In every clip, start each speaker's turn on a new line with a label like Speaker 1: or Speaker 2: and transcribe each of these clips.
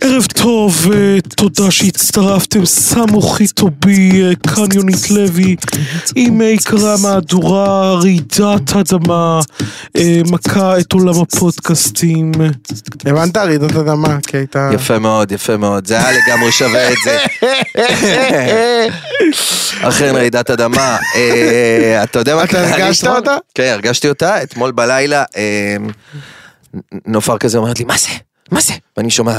Speaker 1: ערב טוב, אה, תודה שהצטרפתם, סמוכי טובי, אה, כאן יונית לוי, עם אה, עיקרי המהדורה, רעידת אדמה, אה, מכה את עולם הפודקאסטים.
Speaker 2: הבנת? רעידות אדמה, כי הייתה...
Speaker 3: יפה מאוד, יפה מאוד, זה היה לגמרי שווה את זה. אכן רעידת אדמה, אה, אתה יודע מה
Speaker 2: אתה
Speaker 3: קרה לי
Speaker 2: הרגשת
Speaker 3: אתמול?
Speaker 2: אותה?
Speaker 3: כן, הרגשתי אותה, אתמול בלילה, אה, נופר כזה אומרת לי, מה זה? מה זה? ואני שומע...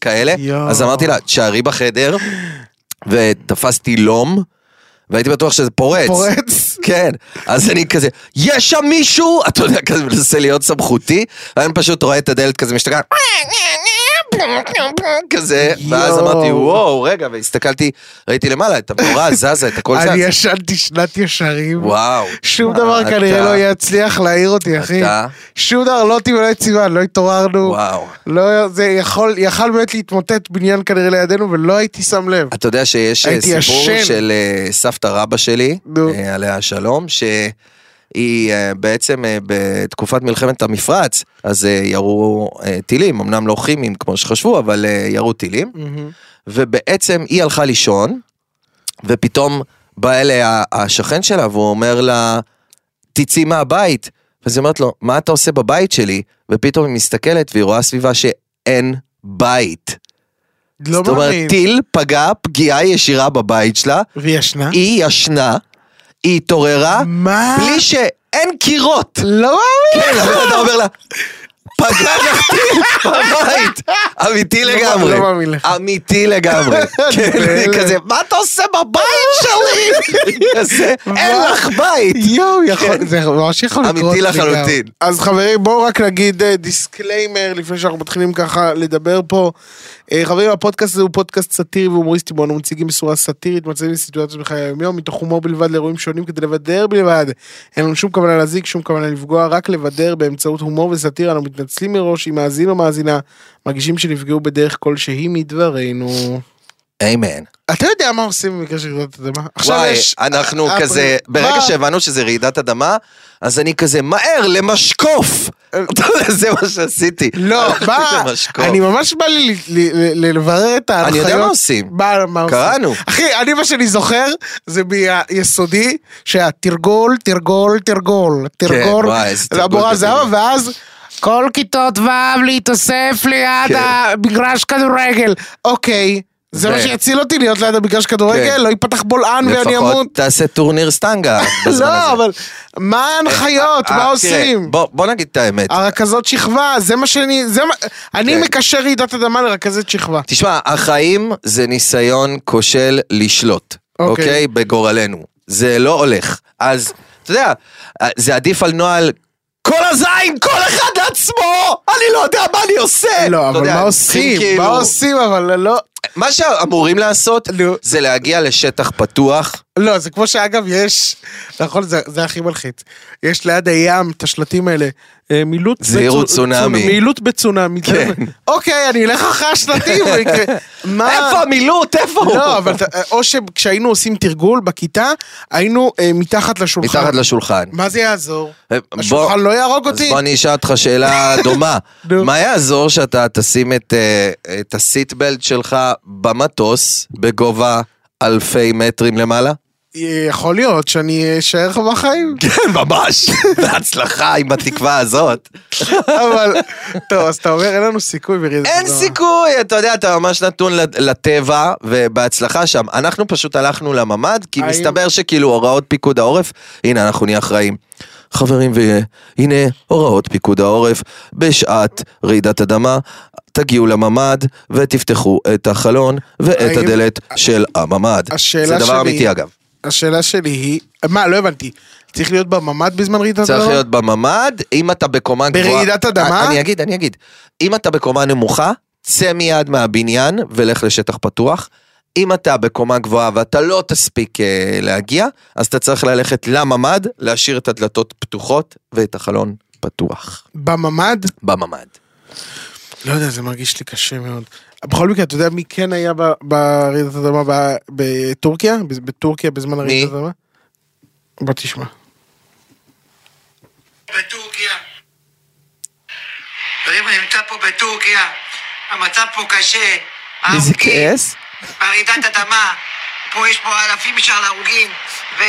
Speaker 3: כאלה,
Speaker 2: יואו.
Speaker 3: אז אמרתי לה, תשארי בחדר, ותפסתי לום, והייתי בטוח שזה
Speaker 2: פורץ.
Speaker 3: כן, אז אני כזה, יש שם מישהו? אתה יודע, כזה מנסה להיות סמכותי, ואני פשוט רואה את הדלת כזה משתגעת, כזה, ואז
Speaker 2: יואו.
Speaker 3: אמרתי, וואו, רגע, והסתכלתי, ראיתי למעלה את המנורה זזה, את הכל
Speaker 2: אני
Speaker 3: זז.
Speaker 2: ישנתי שנת ישרים.
Speaker 3: וואו.
Speaker 2: שום דבר
Speaker 3: אתה-
Speaker 2: כנראה לא יצליח להעיר אותי, אחי.
Speaker 3: אתה?
Speaker 2: שום דבר, לא אותי ולא את סיוון, לא התעוררנו.
Speaker 3: וואו.
Speaker 2: לא, זה יכול, יכל באמת להתמוטט בניין כנראה לידינו, ולא הייתי שם לב.
Speaker 3: אתה יודע שיש אה,
Speaker 2: הייתי
Speaker 3: סיפור
Speaker 2: ישן.
Speaker 3: של אה, סבתא רבא שלי,
Speaker 2: נו.
Speaker 3: אה, עליה השלום, שהיא אה, בעצם אה, בתקופת מלחמת המפרץ, אז אה, ירו אה, טילים, אמנם לא כימיים כמו שחשבו, אבל אה, ירו טילים, ובעצם היא הלכה לישון, ופתאום בא אליה השכן שלה והוא אומר לה, תצאי מהבית. אז היא אומרת לו, מה אתה עושה בבית שלי? ופתאום היא מסתכלת והיא רואה סביבה שאין בית.
Speaker 2: לא
Speaker 3: זאת אומרת,
Speaker 2: מאמין.
Speaker 3: טיל פגע פגיעה ישירה בבית שלה,
Speaker 2: וישנה?
Speaker 3: היא ישנה, היא התעוררה,
Speaker 2: מה?
Speaker 3: בלי שאין קירות.
Speaker 2: לא
Speaker 3: כן,
Speaker 2: מאמין!
Speaker 3: אבל אתה אומר לה, פגע לך טיל בבית. אמיתי לגמרי.
Speaker 2: לא מאמין לך.
Speaker 3: אמיתי לגמרי. כן,
Speaker 2: בהלם.
Speaker 3: אני כזה, מה אתה עושה בבית שלי? כזה, אין
Speaker 2: מה?
Speaker 3: לך בית.
Speaker 2: יואו, יכול, זה ממש יכול
Speaker 3: אמיתי
Speaker 2: לקרות. לי גם.
Speaker 3: לחלוטין.
Speaker 2: כן. אז חברים, בואו רק נגיד אה, דיסקליימר לפני שאנחנו מתחילים ככה לדבר פה. אה, חברים, הפודקאסט הזה הוא פודקאסט סאטירי והומוריסטי, בו אנו מציגים בצורה סאטירית, מצבים לסיטואציות בחיי היום-יום, מתוך הומור בלבד לאירועים שונים כדי לבדר בלבד. אין לנו שום כוונה להזיק, שום כוונה לפגוע, רק לבדר באמצעות הומור וסאטירה. אנו מתנצלים מראש אם מאזין או מאזינה, מרגישים שנפגעו בדרך כלשהי מדברנו.
Speaker 3: אמן.
Speaker 2: אתה יודע מה עושים במקרה של רעידת אדמה? עכשיו
Speaker 3: וואי,
Speaker 2: יש...
Speaker 3: אנחנו
Speaker 2: אפריל.
Speaker 3: כזה, ברגע
Speaker 2: מה?
Speaker 3: שהבנו שזה רעידת אדמה, אז אני כזה, מהר, למשקוף! אתה יודע, זה מה שעשיתי.
Speaker 2: אה, לא,
Speaker 3: הלכתי
Speaker 2: מה?
Speaker 3: למשקוף.
Speaker 2: אני ממש בא לי ל- ל- ל- לברר את ההנחיות.
Speaker 3: אני יודע מה עושים.
Speaker 2: מה מה עושים?
Speaker 3: קראנו.
Speaker 2: אחי, אני מה שאני זוכר, זה מהיסודי, שהיה תרגול, תרגול, תרגול, תרגול.
Speaker 3: כן, וואי, איזה
Speaker 2: זה
Speaker 3: תרגול
Speaker 2: המורה
Speaker 3: גדול.
Speaker 2: זהבה, ואז... כל כיתות ו' להתאסף ליד
Speaker 3: כן.
Speaker 2: המגרש כדורגל. אוקיי, זה
Speaker 3: ו-
Speaker 2: מה שיציל אותי להיות ליד המגרש כדורגל?
Speaker 3: כן.
Speaker 2: לא ייפתח בולען ואני אמות?
Speaker 3: לפחות תעשה טורניר סטנגה בזמן
Speaker 2: לא,
Speaker 3: הזה.
Speaker 2: אבל מה ההנחיות?
Speaker 3: אה,
Speaker 2: מה
Speaker 3: תראה,
Speaker 2: עושים? אה.
Speaker 3: בוא בוא נגיד את האמת.
Speaker 2: הרכזות שכבה, זה מה שאני, זה מה, אני
Speaker 3: כן.
Speaker 2: מקשר רעידת אדמה לרכזת שכבה.
Speaker 3: תשמע, החיים זה ניסיון כושל לשלוט,
Speaker 2: אוקיי.
Speaker 3: אוקיי? בגורלנו. זה לא הולך. אז, אתה יודע, אה, זה עדיף על נוהל... כל הזין, כל אחד לעצמו! אני לא יודע מה אני עושה!
Speaker 2: לא,
Speaker 3: אתה
Speaker 2: אבל
Speaker 3: יודע,
Speaker 2: מה
Speaker 3: צריכים
Speaker 2: עושים?
Speaker 3: כאילו-
Speaker 2: מה עושים אבל לא,
Speaker 3: מה שאמורים לעשות,
Speaker 2: נו.
Speaker 3: זה להגיע לשטח פתוח.
Speaker 2: לא, זה כמו שאגב יש, נכון, זה זה הכי מלחיץ. יש ליד הים את השלטים האלה, אה, מילוט
Speaker 3: זהירו צונאמי.
Speaker 2: מילוט בצונאמי.
Speaker 3: כן.
Speaker 2: אוקיי, אני אלך אחרי השלטים. מה-
Speaker 3: איפה המילוט? איפה הוא?
Speaker 2: אה. לא, אבל אתה- או שכשהיינו עושים תרגול בכיתה, היינו אה, מתחת לשולחן.
Speaker 3: מתחת לשולחן.
Speaker 2: מה זה יעזור?
Speaker 3: אה, בוא-
Speaker 2: השולחן לא יהרוג
Speaker 3: אז
Speaker 2: אותי?
Speaker 3: בוא אני אשאל אותך שאלה דומה.
Speaker 2: נו.
Speaker 3: מה יעזור שאתה תשים את, אה, את הסיטבלט שלך במטוס בגובה אלפי מטרים למעלה?
Speaker 2: יכול להיות שאני אשאר לך בחיים.
Speaker 3: כן, ממש. בהצלחה עם התקווה הזאת.
Speaker 2: אבל, טוב, אז אתה אומר, אין לנו סיכוי ברעידת אדמה.
Speaker 3: אין סיכוי, אתה יודע, אתה ממש נתון לד- לטבע, ובהצלחה שם. אנחנו פשוט הלכנו לממ"ד, כי
Speaker 2: האם-
Speaker 3: מסתבר שכאילו הוראות פיקוד העורף, הנה, אנחנו נהיה אחראים. חברים, והנה הוראות פיקוד העורף, בשעת רעידת אדמה, תגיעו לממ"ד ותפתחו את החלון ואת
Speaker 2: האם-
Speaker 3: הדלת של הממ"ד.
Speaker 2: השאלה
Speaker 3: זה דבר
Speaker 2: שלי-
Speaker 3: אמיתי אגב.
Speaker 2: השאלה שלי היא, מה, לא הבנתי. צריך להיות בממ"ד בזמן רעידת אדמה?
Speaker 3: צריך להיות בממ"ד, אם אתה בקומה גבוהה...
Speaker 2: לא, ברעידת אדמה?
Speaker 3: אני אגיד, אני אגיד. אם אתה בקומה נמוכה, צא מיד מהבניין ולך לשטח פתוח. אם אתה בקומה גבוהה ואתה לא תספיק אה, להגיע, אז אתה צריך ללכת לממ"ד, להשאיר את הדלתות פתוחות ואת החלון פתוח.
Speaker 2: בממ"ד?
Speaker 3: בממ"ד.
Speaker 2: לא יודע, זה מרגיש לי קשה מאוד. בכל מקרה, אתה יודע מי כן היה ב- ברעידת אדמה ב- בטורקיה? ב- בטורקיה בזמן הרעידת אדמה? בוא תשמע.
Speaker 4: בטורקיה. חברים, אני נמצא פה בטורקיה, המצב פה קשה.
Speaker 2: אה,
Speaker 3: איזה
Speaker 4: הרוגים,
Speaker 2: אוקיי.
Speaker 3: כעס?
Speaker 4: רעידת אדמה, פה יש פה אלפים של הרוגים, ו...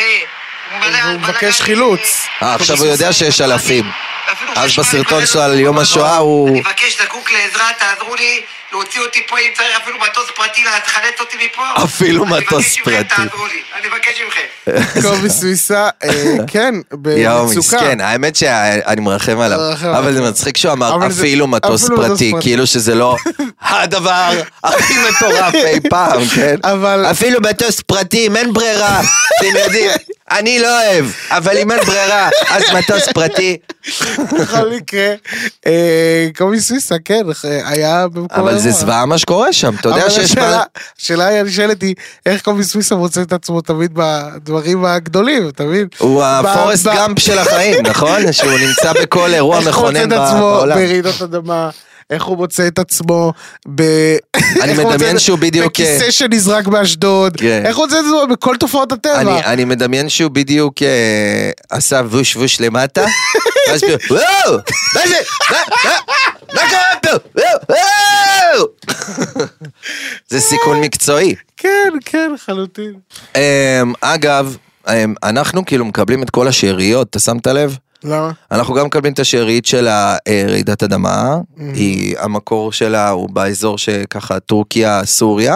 Speaker 4: מלא
Speaker 2: הוא מבקש
Speaker 4: בלגן,
Speaker 2: חילוץ.
Speaker 3: אה, עכשיו הוא יודע שיש אלפים.
Speaker 4: ואפילו
Speaker 3: אז
Speaker 4: חשמל
Speaker 3: בסרטון
Speaker 4: כבר
Speaker 3: שלו
Speaker 4: אין
Speaker 3: על
Speaker 4: לנו
Speaker 3: יום
Speaker 4: פה
Speaker 3: השואה
Speaker 4: לעזור.
Speaker 3: הוא-
Speaker 4: אני מבקש, זקוק לעזרה, תעזרו לי להוציא אותי פה, אם צריך אפילו מטוס פרטי, לחלץ אותי מפה.
Speaker 3: אפילו
Speaker 4: אני מבקש
Speaker 3: מטוס
Speaker 4: מכם,
Speaker 3: פרטי.
Speaker 4: תעזרו לי, אני מבקש מכם.
Speaker 2: קובי סוויסה, אה, כן,
Speaker 3: יואו,
Speaker 2: במצוקה.
Speaker 3: מסכן, האמת שאני מרחם עליו,
Speaker 2: מרחם
Speaker 3: אבל
Speaker 2: עליו.
Speaker 3: זה מצחיק שהוא אמר
Speaker 2: אבל זה-
Speaker 3: אפילו מטוס
Speaker 2: אפילו מטוס
Speaker 3: פרטי,
Speaker 2: פרטי."
Speaker 3: כאילו שזה לא הדבר הכי מטורף אי פעם, כן?
Speaker 2: אבל-
Speaker 3: אפילו מטוס פרטי, אם אין ברירה, אתם יודעים, אני לא אוהב, אבל אם אין ברירה, אז מטוס פרטי,
Speaker 2: בכל מקרה, אה, קובי סוויסה, כן, היה במקום
Speaker 3: אבל זה
Speaker 2: האירוע.
Speaker 3: זוועה מה שקורה שם, אתה יודע
Speaker 2: לא. אבל
Speaker 3: שיש...
Speaker 2: השאלה-
Speaker 3: מה-
Speaker 2: השאלה הנשאלת היא, איך קובי סוויסה מוצא את עצמו תמיד בדברים הגדולים, אתה מבין?
Speaker 3: הוא
Speaker 2: ב-
Speaker 3: הפורסט
Speaker 2: ב-
Speaker 3: גאמפ של החיים, נכון? שהוא נמצא בכל אירוע מכונן ב-
Speaker 2: איך הוא מוצא את עצמו
Speaker 3: בעולם.
Speaker 2: ברעידות אדמה? איך הוא מוצא את עצמו ב... איך הוא
Speaker 3: מדמיין
Speaker 2: מוצא את-
Speaker 3: שהוא בדיוק- אה,
Speaker 2: בכיסא שנזרק באשדוד.
Speaker 3: כן.
Speaker 2: איך הוא מוצא את עצמו בכל תופעות הטבע?
Speaker 3: אני, אני מדמיין שהוא בדיוק אה, עשה ווש ווש למטה, ואז פתאום, וואו, מה זה, מה, מה, מה קרה פה, וואו, וואו. זה סיכון מקצועי.
Speaker 2: כן, כן, חלוטין.
Speaker 3: אה, אגב, אה, אנחנו כאילו מקבלים את כל השאריות, אתה שמת לב?
Speaker 2: למה?
Speaker 3: אנחנו גם מקבלים את השארית של הרעידת אדמה, היא, המקור שלה הוא באזור שככה טורקיה, סוריה,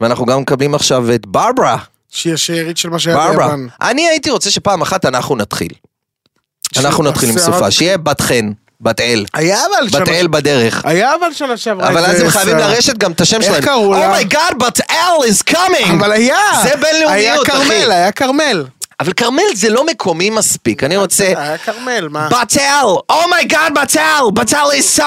Speaker 3: ואנחנו גם מקבלים עכשיו את ברברה.
Speaker 2: שהיא השארית של מה שהיה
Speaker 3: ברברה.
Speaker 2: ביוון.
Speaker 3: אני הייתי רוצה שפעם אחת אנחנו נתחיל. אנחנו נתחיל עם
Speaker 2: שיעשה
Speaker 3: סופה,
Speaker 2: רק-
Speaker 3: שיהיה בת חן, בת אל,
Speaker 2: היה אבל
Speaker 3: בת אל בדרך.
Speaker 2: היה אבל שנה שעברה.
Speaker 3: אבל אז
Speaker 2: איזה
Speaker 3: הם חייבים
Speaker 2: שיער.
Speaker 3: לרשת גם את השם
Speaker 2: אה, איך
Speaker 3: שלהם.
Speaker 2: קראו לה?
Speaker 3: אומייגאד, בת אל is
Speaker 2: אבל
Speaker 3: coming!
Speaker 2: היה!
Speaker 3: זה בינלאומיות,
Speaker 2: היה
Speaker 3: אחי.
Speaker 2: כרמל, היה כרמל.
Speaker 3: אבל כרמל זה לא מקומי מספיק, אני רוצה...
Speaker 2: היה כרמל, מה?
Speaker 3: בת אל! אומייגאד, בת אל! בת אל is so...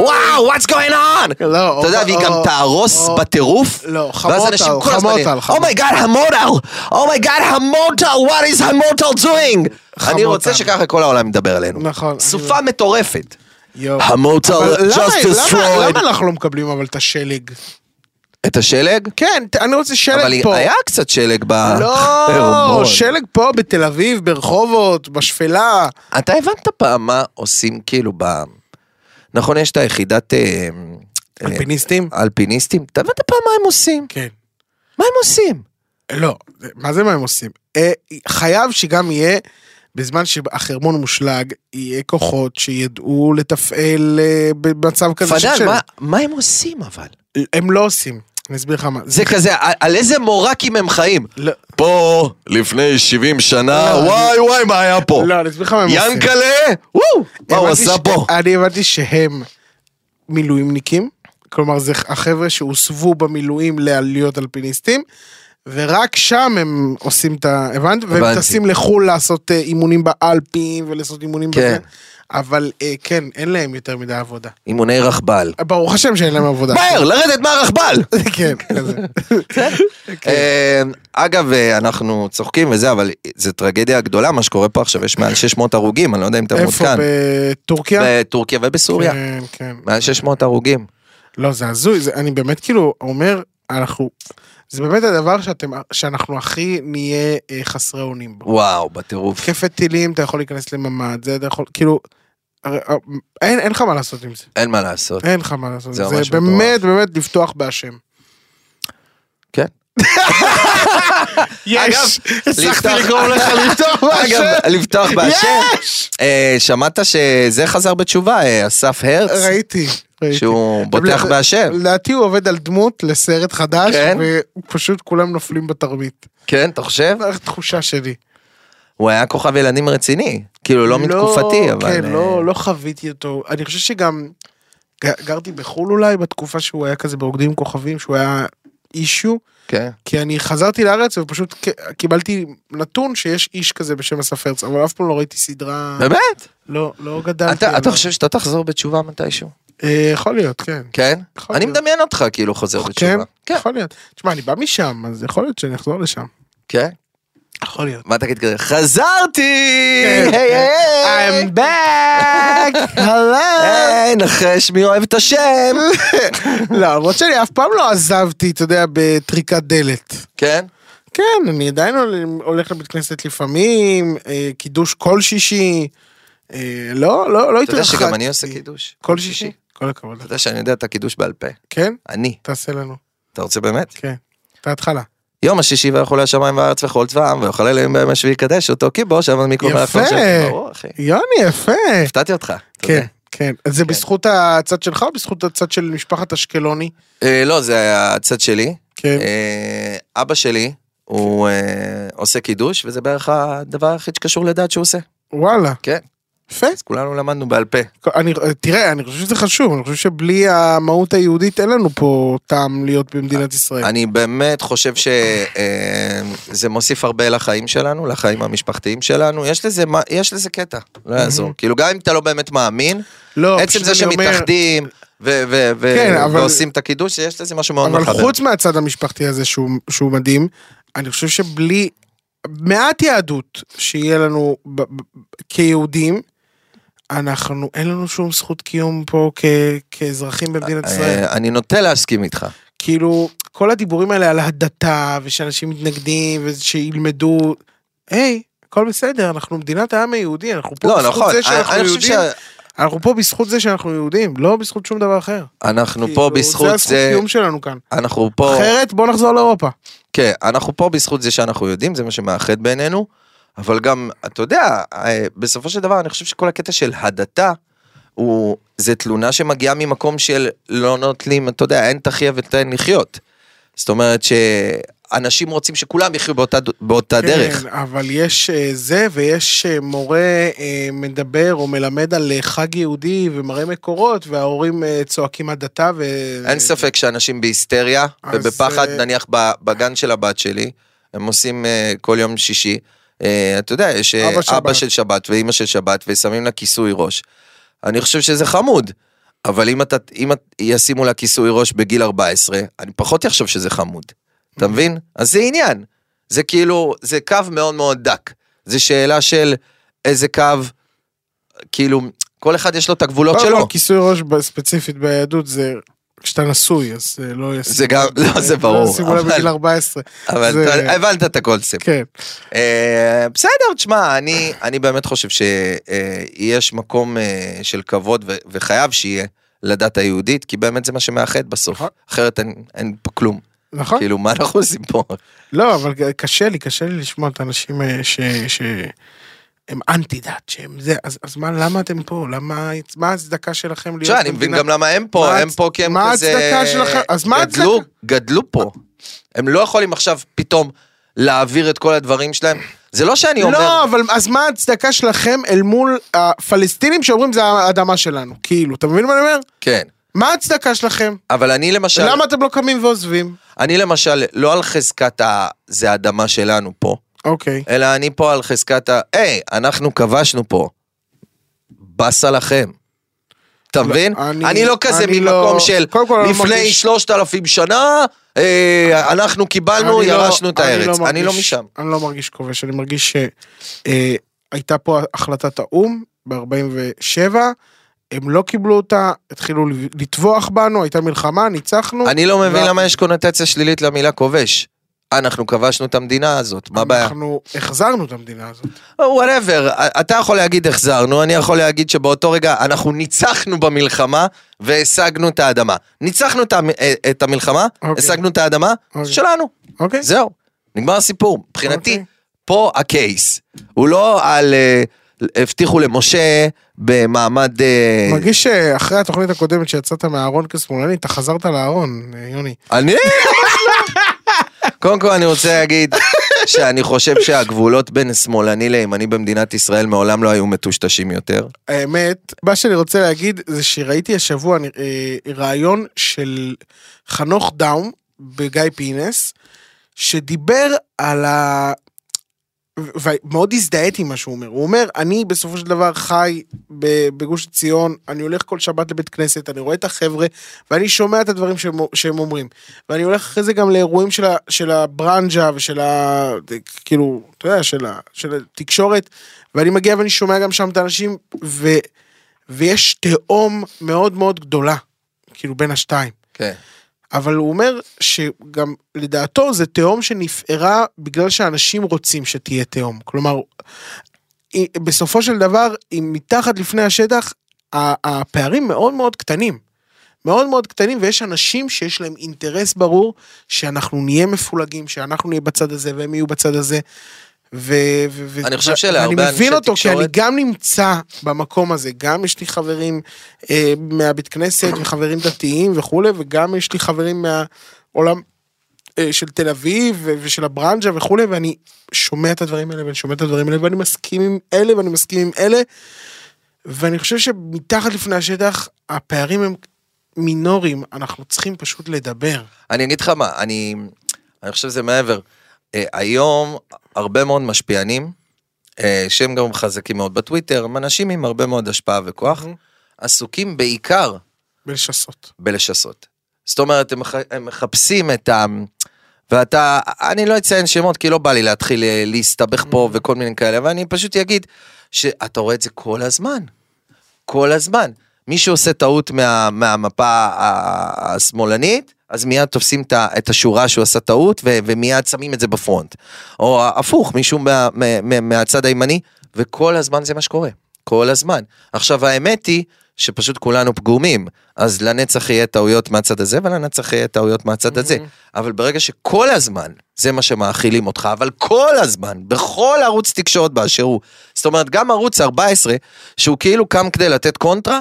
Speaker 3: וואו, what's going on?
Speaker 2: לא,
Speaker 3: אתה יודע,
Speaker 2: או-
Speaker 3: והיא
Speaker 2: או-
Speaker 3: גם תהרוס
Speaker 2: או-
Speaker 3: בטירוף.
Speaker 2: לא,
Speaker 3: ואז
Speaker 2: חמוטל,
Speaker 3: אנשים כל הזמן... "Oh
Speaker 2: חמוטל, חמוטל.
Speaker 3: אומייגאד, המוטל! אומייגאד, המוטל! what is המוטל doing? אני
Speaker 2: חמוטל.
Speaker 3: רוצה שככה כל העולם ידבר עלינו.
Speaker 2: נכון.
Speaker 3: סופה מטורפת.
Speaker 2: יואו.
Speaker 3: המוצר
Speaker 2: אבל למה-
Speaker 3: just
Speaker 2: למה-
Speaker 3: destroyed.
Speaker 2: למה אנחנו לא מקבלים אבל את השלג?
Speaker 3: את השלג?
Speaker 2: כן, ת- אני רוצה שלג
Speaker 3: אבל
Speaker 2: פה.
Speaker 3: היה קצת שלג ב...
Speaker 2: לא,
Speaker 3: בהרמון.
Speaker 2: שלג פה בתל אביב, ברחובות, בשפלה.
Speaker 3: אתה הבנת פעם מה עושים כאילו ב... נכון, יש את היחידת... אה, אה,
Speaker 2: אלפיניסטים?
Speaker 3: אלפיניסטים? אתה הבנת פעם מה הם עושים?
Speaker 2: כן.
Speaker 3: מה הם עושים?
Speaker 2: לא, מה זה מה הם עושים? אה, חייב שגם יהיה, בזמן שהחרמון מושלג, יהיה כוחות שידעו לתפעל אה, במצב כזה של
Speaker 3: פדן,
Speaker 2: שלג.
Speaker 3: מה- מה הם עושים אבל?
Speaker 2: הם לא עושים. אני אסביר לך מה.
Speaker 3: זה כזה, על- על איזה מורקים הם חיים?
Speaker 2: לא.
Speaker 3: פה, לפני 70 שנה,
Speaker 2: לא,
Speaker 3: וואי וואי מה היה פה?
Speaker 2: לא, אני אסביר לך מה הם עושים.
Speaker 3: ינקלה, וואו, מה הוא
Speaker 2: הבנתי
Speaker 3: עשה
Speaker 2: ש-
Speaker 3: פה?
Speaker 2: אני הבנתי שהם מילואימניקים, כלומר זה החבר'ה שהוסבו במילואים ל- להיות אלפיניסטים, ורק שם הם עושים את ה... הבנת? והם
Speaker 3: הבנתי.
Speaker 2: טסים לחו"ל לעשות אה, אימונים באלפים ולעשות אימונים
Speaker 3: כן.
Speaker 2: בזה. אבל אה, כן, אין להם יותר מדי עבודה. אה,
Speaker 3: אימוני רכבל.
Speaker 2: ברוך השם שאין להם עבודה.
Speaker 3: מהר, לרדת מהרכבל!
Speaker 2: כן, כזה. כן.
Speaker 3: אה, אגב, אה, אנחנו צוחקים וזה, אבל זו טרגדיה גדולה מה שקורה פה עכשיו, יש מעל 600 הרוגים, אני לא יודע אם אתה
Speaker 2: איפה?
Speaker 3: מעודכן.
Speaker 2: בטורקיה?
Speaker 3: בטורקיה ובסוריה.
Speaker 2: כן, כן.
Speaker 3: מעל 600 הרוגים.
Speaker 2: לא, זה הזוי, זה, אני באמת כאילו אומר, אנחנו, זה באמת הדבר שאתם, שאנחנו הכי נהיה אה, חסרי אונים בו.
Speaker 3: וואו, בטירוף.
Speaker 2: תקפת טילים, אתה יכול להיכנס לממ"ד, זה אתה יכול, כאילו, הרי- אה, אין, אין לך מה לעשות עם זה,
Speaker 3: אין מה לעשות.
Speaker 2: אין לך מה לעשות עם
Speaker 3: זה
Speaker 2: זה, זה
Speaker 3: ממש
Speaker 2: באמת,
Speaker 3: מטורף.
Speaker 2: באמת, באמת לפתוח באשם.
Speaker 3: כן.
Speaker 2: יש,
Speaker 3: אגב,
Speaker 2: הצלחתי
Speaker 3: לפתוח-
Speaker 2: לקרוא לך לפתוח
Speaker 3: אגב,
Speaker 2: באשם.
Speaker 3: לפתוח באשם.
Speaker 2: יש!
Speaker 3: אה, שמעת שזה חזר בתשובה, אה, אסף הרץ?
Speaker 2: ראיתי, ראיתי.
Speaker 3: שהוא בוטח
Speaker 2: אבל-
Speaker 3: באשם.
Speaker 2: לדעתי הוא עובד על דמות לסרט חדש,
Speaker 3: כן?
Speaker 2: ופשוט כולם נופלים בתרמית.
Speaker 3: כן, אתה חושב?
Speaker 2: איך תחושה שלי.
Speaker 3: הוא היה כוכב ילדים רציני. כאילו, לא מתקופתי, אבל...
Speaker 2: כן,
Speaker 3: אה,
Speaker 2: לא, לא חוויתי אותו. אני חושב שגם ג- גרתי בחו"ל אולי, בתקופה שהוא היה כזה ברוקדים עם כוכבים, שהוא היה אישיו,
Speaker 3: כן.
Speaker 2: כי אני חזרתי לארץ ופשוט ק- קיבלתי נתון שיש איש כזה בשם אסף הרץ, אבל אף פעם לא ראיתי סדרה,
Speaker 3: באמת?
Speaker 2: לא, לא גדלתי.
Speaker 3: אתה- אתה
Speaker 2: עליו.
Speaker 3: חושב שאתה תחזור בתשובה מתישהו?
Speaker 2: אה, יכול להיות, כן.
Speaker 3: כן?
Speaker 2: יכול
Speaker 3: אני
Speaker 2: להיות.
Speaker 3: מדמיין אותך כאילו חוזר
Speaker 2: כן?
Speaker 3: בתשובה. כן.
Speaker 2: יכול להיות. תשמע, אני בא משם, אז יכול להיות שאני אחזור לשם.
Speaker 3: כן?
Speaker 2: יכול להיות.
Speaker 3: מה תגיד כזה? חזרתי!
Speaker 2: כן.
Speaker 3: היי היי!
Speaker 2: I'm back! hello!
Speaker 3: היי, נחש מי אוהב את השם!
Speaker 2: לא, למרות שאני אף פעם לא עזבתי, אתה יודע, בטריקת דלת.
Speaker 3: כן?
Speaker 2: כן, אני עדיין הול- הולך לבית כנסת לפעמים, אה, קידוש כל שישי. אה, לא, לא, לא
Speaker 3: אתה
Speaker 2: התרחקתי.
Speaker 3: יודע שגם אני עושה קידוש?
Speaker 2: כל שישי? כל הכבוד.
Speaker 3: אתה יודע שאני יודע את הקידוש בעל פה.
Speaker 2: כן?
Speaker 3: אני.
Speaker 2: תעשה לנו.
Speaker 3: אתה רוצה באמת?
Speaker 2: כן. את ההתחלה.
Speaker 3: יום השישי ויחולי השמיים והארץ וכל צבאם ויאכל אלוהים ביום השביעי קדש אותו כי בו שם מיקרו
Speaker 2: יפה.
Speaker 3: ברור אחי.
Speaker 2: יוני, יפה.
Speaker 3: הפתעתי אותך. אתה
Speaker 2: כן,
Speaker 3: יודע.
Speaker 2: כן. אז זה בזכות הצד שלך או בזכות הצד של משפחת אשקלוני?
Speaker 3: אה, לא, זה היה הצד שלי.
Speaker 2: כן.
Speaker 3: אה, אבא שלי, הוא אה, עושה קידוש, וזה בערך הדבר היחיד שקשור לדת שהוא עושה.
Speaker 2: וואלה.
Speaker 3: כן.
Speaker 2: יפה.
Speaker 3: אז כולנו למדנו בעל פה.
Speaker 2: אני, תראה, אני חושב שזה חשוב, אני חושב שבלי המהות היהודית אין לנו פה טעם להיות במדינת ישראל.
Speaker 3: אה, אני באמת חושב שזה מוסיף הרבה לחיים שלנו, לחיים המשפחתיים שלנו. יש לזה, מה- יש לזה קטע, לא יעזור. כאילו, גם אם אתה לא באמת מאמין,
Speaker 2: לא,
Speaker 3: עצם
Speaker 2: פשוט
Speaker 3: זה
Speaker 2: אני אומר-
Speaker 3: שמתאחדים ו- ו- ו-
Speaker 2: כן, אבל-
Speaker 3: ועושים את הקידוש, יש לזה משהו מאוד
Speaker 2: אבל
Speaker 3: מחבר.
Speaker 2: חוץ מהצד המשפחתי הזה שהוא, שהוא מדהים, אני חושב שבלי מעט יהדות שיהיה לנו ב, ב, כיהודים, אנחנו, אין לנו שום זכות קיום פה כ, כאזרחים במדינת ישראל.
Speaker 3: אה, אני נוטה להסכים איתך.
Speaker 2: כאילו, כל הדיבורים האלה על הדתה, ושאנשים מתנגדים, ושילמדו, היי, הכל בסדר, אנחנו מדינת העם היהודי, אנחנו פה
Speaker 3: לא,
Speaker 2: בזכות
Speaker 3: נכון,
Speaker 2: זה
Speaker 3: אני
Speaker 2: שאנחנו
Speaker 3: אני חושב
Speaker 2: יהודים,
Speaker 3: שה...
Speaker 2: אנחנו פה בזכות זה שאנחנו יהודים, לא בזכות שום דבר אחר.
Speaker 3: אנחנו
Speaker 2: כאילו,
Speaker 3: פה בזכות
Speaker 2: זה הזכות
Speaker 3: זה,
Speaker 2: קיום שלנו כאן.
Speaker 3: אנחנו פה,
Speaker 2: אחרת, בוא נחזור לאירופה.
Speaker 3: כן, אנחנו פה בזכות זה שאנחנו יודעים, זה מה שמאחד בינינו, אבל גם, אתה יודע, אה, בסופו של דבר אני חושב שכל הקטע של הדתה, הוא, זה תלונה שמגיעה ממקום של לא נוטלים, אתה יודע, אין תחיה ותן לחיות. זאת אומרת שאנשים רוצים שכולם יחיו באותה, דו- באותה
Speaker 2: כן,
Speaker 3: דרך.
Speaker 2: אבל יש אה, זה, ויש אה, מורה אה, מדבר או מלמד על אה, חג יהודי ומראה מקורות, וההורים אה, צועקים הדתה ו...
Speaker 3: אין ספק שאנשים בהיסטריה
Speaker 2: אה, אז,
Speaker 3: ובפחד,
Speaker 2: אה,
Speaker 3: נניח ב- בגן של הבת שלי, הם עושים אה, כל יום שישי, אה, אתה יודע, יש אה,
Speaker 2: אבא
Speaker 3: אבא
Speaker 2: שבת.
Speaker 3: של שבת ואימא של שבת ושמים לה כיסוי ראש. אני חושב שזה חמוד, אבל אם, אתה, אם את- ישימו לה כיסוי ראש בגיל 14, אני פחות יחשוב שזה חמוד,
Speaker 2: Mm.
Speaker 3: אתה מבין? אז זה עניין, זה כאילו, זה קו מאוד מאוד דק, זה שאלה של איזה קו, כאילו, כל אחד יש לו את הגבולות
Speaker 2: קודם כל,
Speaker 3: שלו.
Speaker 2: לא, כיסוי ראש ב- ספציפית ביהדות זה כשאתה נשוי, אז אה, לא ישימו...
Speaker 3: זה גם- לא, זה ברור,
Speaker 2: לא ישימו לה
Speaker 3: אבל-
Speaker 2: בגיל 14.
Speaker 3: אבל
Speaker 2: זה-
Speaker 3: אתה- הבנת את הקונספט.
Speaker 2: כן.
Speaker 3: אה, בסדר, תשמע, אני, אני באמת חושב שיש מקום אה, של כבוד ו, וחייב שיהיה לדת היהודית, כי באמת זה מה שמאחד בסוף,
Speaker 2: נכון.
Speaker 3: אחרת אין, אין פה כלום.
Speaker 2: נכון?
Speaker 3: כאילו, מה אנחנו עושים פה?
Speaker 2: לא, אבל קשה לי, קשה לי לשמוע את האנשים אה, ש... ש... הם אנטי דת, שהם זה, אז, אז מה, למה אתם פה? למה, מה ההצדקה שלכם להיות
Speaker 3: תשמע, אני מבין גם למה הם
Speaker 2: מה
Speaker 3: פה, הם
Speaker 2: הצ-
Speaker 3: פה כי הם
Speaker 2: מה
Speaker 3: כזה...
Speaker 2: ההצדקה שלכם? אז מה
Speaker 3: גדלו, גדלו פה. הם לא יכולים עכשיו פתאום להעביר את כל הדברים שלהם. זה לא שאני אומר...
Speaker 2: לא, אבל אז מה ההצדקה שלכם אל מול הפלסטינים שאומרים זה האדמה שלנו? כאילו, אתה מבין מה אני אומר?
Speaker 3: כן.
Speaker 2: מה ההצדקה שלכם?
Speaker 3: אבל אני למשל...
Speaker 2: למה אתם לא קמים ועוזבים?
Speaker 3: אני למשל, לא על חזקת ה... זה האדמה שלנו פה.
Speaker 2: אוקיי.
Speaker 3: אלא אני פה על חזקת ה... היי, אנחנו כבשנו פה. באסה לכם. אתה
Speaker 2: לא,
Speaker 3: מבין?
Speaker 2: אני-
Speaker 3: אני לא כזה
Speaker 2: אני
Speaker 3: ממקום
Speaker 2: לא-
Speaker 3: של
Speaker 2: קודם כל, אני לא
Speaker 3: לפני
Speaker 2: מרגיש-
Speaker 3: 3,000 שנה, אה, אנחנו קיבלנו,
Speaker 2: אני לא-
Speaker 3: ירשנו את הארץ. אני לא
Speaker 2: מרגיש-
Speaker 3: משם.
Speaker 2: אני לא מרגיש כובש, אני מרגיש שהייתה פה החלטת האו"ם ב-47, הם לא קיבלו אותה, התחילו לטבוח בנו, הייתה מלחמה, ניצחנו.
Speaker 3: אני לא מבין
Speaker 2: ו-
Speaker 3: למה יש קונוטציה שלילית למילה כובש. אנחנו כבשנו את המדינה הזאת, מה הבעיה?
Speaker 2: אנחנו החזרנו את המדינה הזאת.
Speaker 3: וואטאבר, אתה יכול להגיד החזרנו, אני יכול להגיד שבאותו רגע אנחנו ניצחנו במלחמה והשגנו את האדמה. ניצחנו את המ- אה, את המלחמה,
Speaker 2: אוקיי.
Speaker 3: השגנו את האדמה,
Speaker 2: אוקיי.
Speaker 3: שלנו.
Speaker 2: אוקיי?
Speaker 3: זהו, נגמר הסיפור. מבחינתי,
Speaker 2: אוקיי.
Speaker 3: פה הקייס. הוא לא על... אה, הבטיחו למשה במעמד... אה,
Speaker 2: מרגיש שאחרי התוכנית הקודמת שיצאת מהארון כשמאלני, אתה חזרת לארון, אה, יוני.
Speaker 3: אני? קודם כל אני רוצה להגיד שאני חושב שהגבולות בין שמאלני לימני במדינת ישראל מעולם לא היו מטושטשים יותר.
Speaker 2: האמת, מה שאני רוצה להגיד זה שראיתי השבוע אה, ראיון של חנוך דאום בגיא פינס, שדיבר על ה... ומאוד הזדהיתי עם מה שהוא אומר. הוא אומר, אני בסופו של דבר חי ב- בגוש עציון, אני הולך כל שבת לבית כנסת, אני רואה את החבר'ה, ואני שומע את הדברים שהם, שהם אומרים. ואני הולך אחרי זה גם לאירועים של, ה, של הברנז'ה ושל ה... כאילו, אתה יודע, של, ה, של התקשורת, ואני מגיע ואני שומע גם שם את האנשים, ו, ויש תהום מאוד מאוד גדולה, כאילו, בין השתיים.
Speaker 3: כן.
Speaker 2: אבל הוא אומר שגם לדעתו זה תהום שנפערה בגלל שאנשים רוצים שתהיה תהום. כלומר, היא- בסופו של דבר, אם מתחת לפני השטח, ה- הפערים מאוד מאוד קטנים. מאוד מאוד קטנים, ויש אנשים שיש להם אינטרס ברור שאנחנו נהיה מפולגים, שאנחנו נהיה בצד הזה והם יהיו בצד הזה. ו- ו- ו-
Speaker 3: אני חושב
Speaker 2: ו-
Speaker 3: שלהרבה
Speaker 2: ואני
Speaker 3: אנשי
Speaker 2: מבין אותו, כי אני
Speaker 3: תקשורת-
Speaker 2: גם נמצא במקום הזה, גם יש לי חברים אה, מהבית כנסת וחברים דתיים וכולי, וגם יש לי חברים מהעולם אה, של תל אביב ו- ושל הברנז'ה וכולי, ואני שומע את הדברים האלה ואני שומע את הדברים האלה, ואני מסכים עם אלה ואני מסכים עם אלה, ואני חושב שמתחת לפני השטח הפערים הם מינוריים, אנחנו צריכים פשוט לדבר.
Speaker 3: אני אגיד לך מה, אני, אני חושב שזה מעבר. אה, היום הרבה מאוד משפיענים, אה, שהם גם חזקים מאוד בטוויטר, הם אנשים עם הרבה מאוד השפעה וכוח, עסוקים בעיקר
Speaker 2: בלשסות.
Speaker 3: בלשסות. זאת אומרת, הם, מח, הם מחפשים את ה... ואתה, אני לא אציין שמות, כי לא בא לי להתחיל אה, להסתבך פה וכל מיני כאלה, אבל אני פשוט אגיד שאתה רואה את זה כל הזמן. כל הזמן. מי שעושה טעות מה, מהמפה ה- השמאלנית, אז מיד תופסים את ה- את השורה שהוא עשה טעות ו, ומיד שמים את זה בפרונט. או הפוך, מישהו מה, מה, מה, מהצד הימני, וכל הזמן זה מה שקורה. כל הזמן. עכשיו האמת היא שפשוט כולנו פגומים, אז לנצח יהיה טעויות מהצד הזה ולנצח יהיה טעויות מהצד הזה. אבל ברגע שכל הזמן, זה מה שמאכילים אותך, אבל כל הזמן, בכל ערוץ תקשורת באשר הוא. זאת אומרת, גם ערוץ 14, שהוא כאילו קם כדי לתת קונטרה,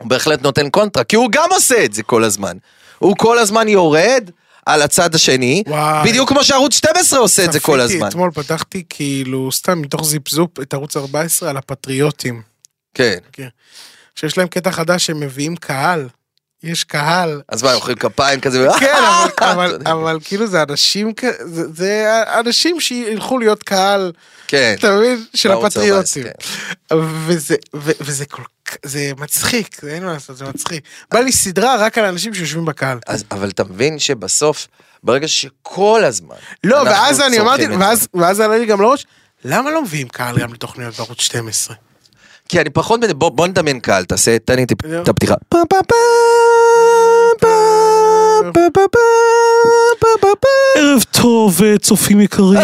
Speaker 3: הוא בהחלט נותן קונטרה, כי הוא גם עושה את זה כל הזמן. הוא כל הזמן יורד על הצד השני,
Speaker 2: וואי.
Speaker 3: בדיוק כמו שערוץ 12 עושה את זה כל הזמן.
Speaker 2: אתמול פתחתי כאילו, סתם מתוך זיפזופ, את ערוץ 14 על הפטריוטים.
Speaker 3: כן.
Speaker 2: שיש להם קטע חדש שהם מביאים קהל. יש קהל.
Speaker 3: אז מה, הם אוכלים כפיים כזה?
Speaker 2: כן, אבל, אבל, אבל כאילו זה אנשים, כ- זה, זה אנשים שילכו להיות קהל,
Speaker 3: כן.
Speaker 2: אתה מבין? של
Speaker 3: בערוץ כן. 14,
Speaker 2: הפטריוטים. וזה, ו, וזה כל כך, זה מצחיק, זה אין מה לעשות, זה מצחיק. בא לי סדרה רק על אנשים שיושבים בקהל.
Speaker 3: אז, אבל אתה מבין שבסוף, ברגע שכל הזמן...
Speaker 2: לא,
Speaker 3: אנחנו
Speaker 2: ואז אני
Speaker 3: צורכים
Speaker 2: אמרתי,
Speaker 3: את זה.
Speaker 2: ואז, ואז עלה לי גם לראש, למה לא מביאים קהל גם לתוכניות בערוץ 12?
Speaker 3: כי אני פחות... מד- בוא, בוא נדמיין קהל, תעשה, תן לי טיפ-
Speaker 2: לא.
Speaker 3: את הפתיחה. פה, פה, פה, פה, פה, פה, פה, פה, פה, פה.
Speaker 1: ערב טוב, אה, צופים יקרים.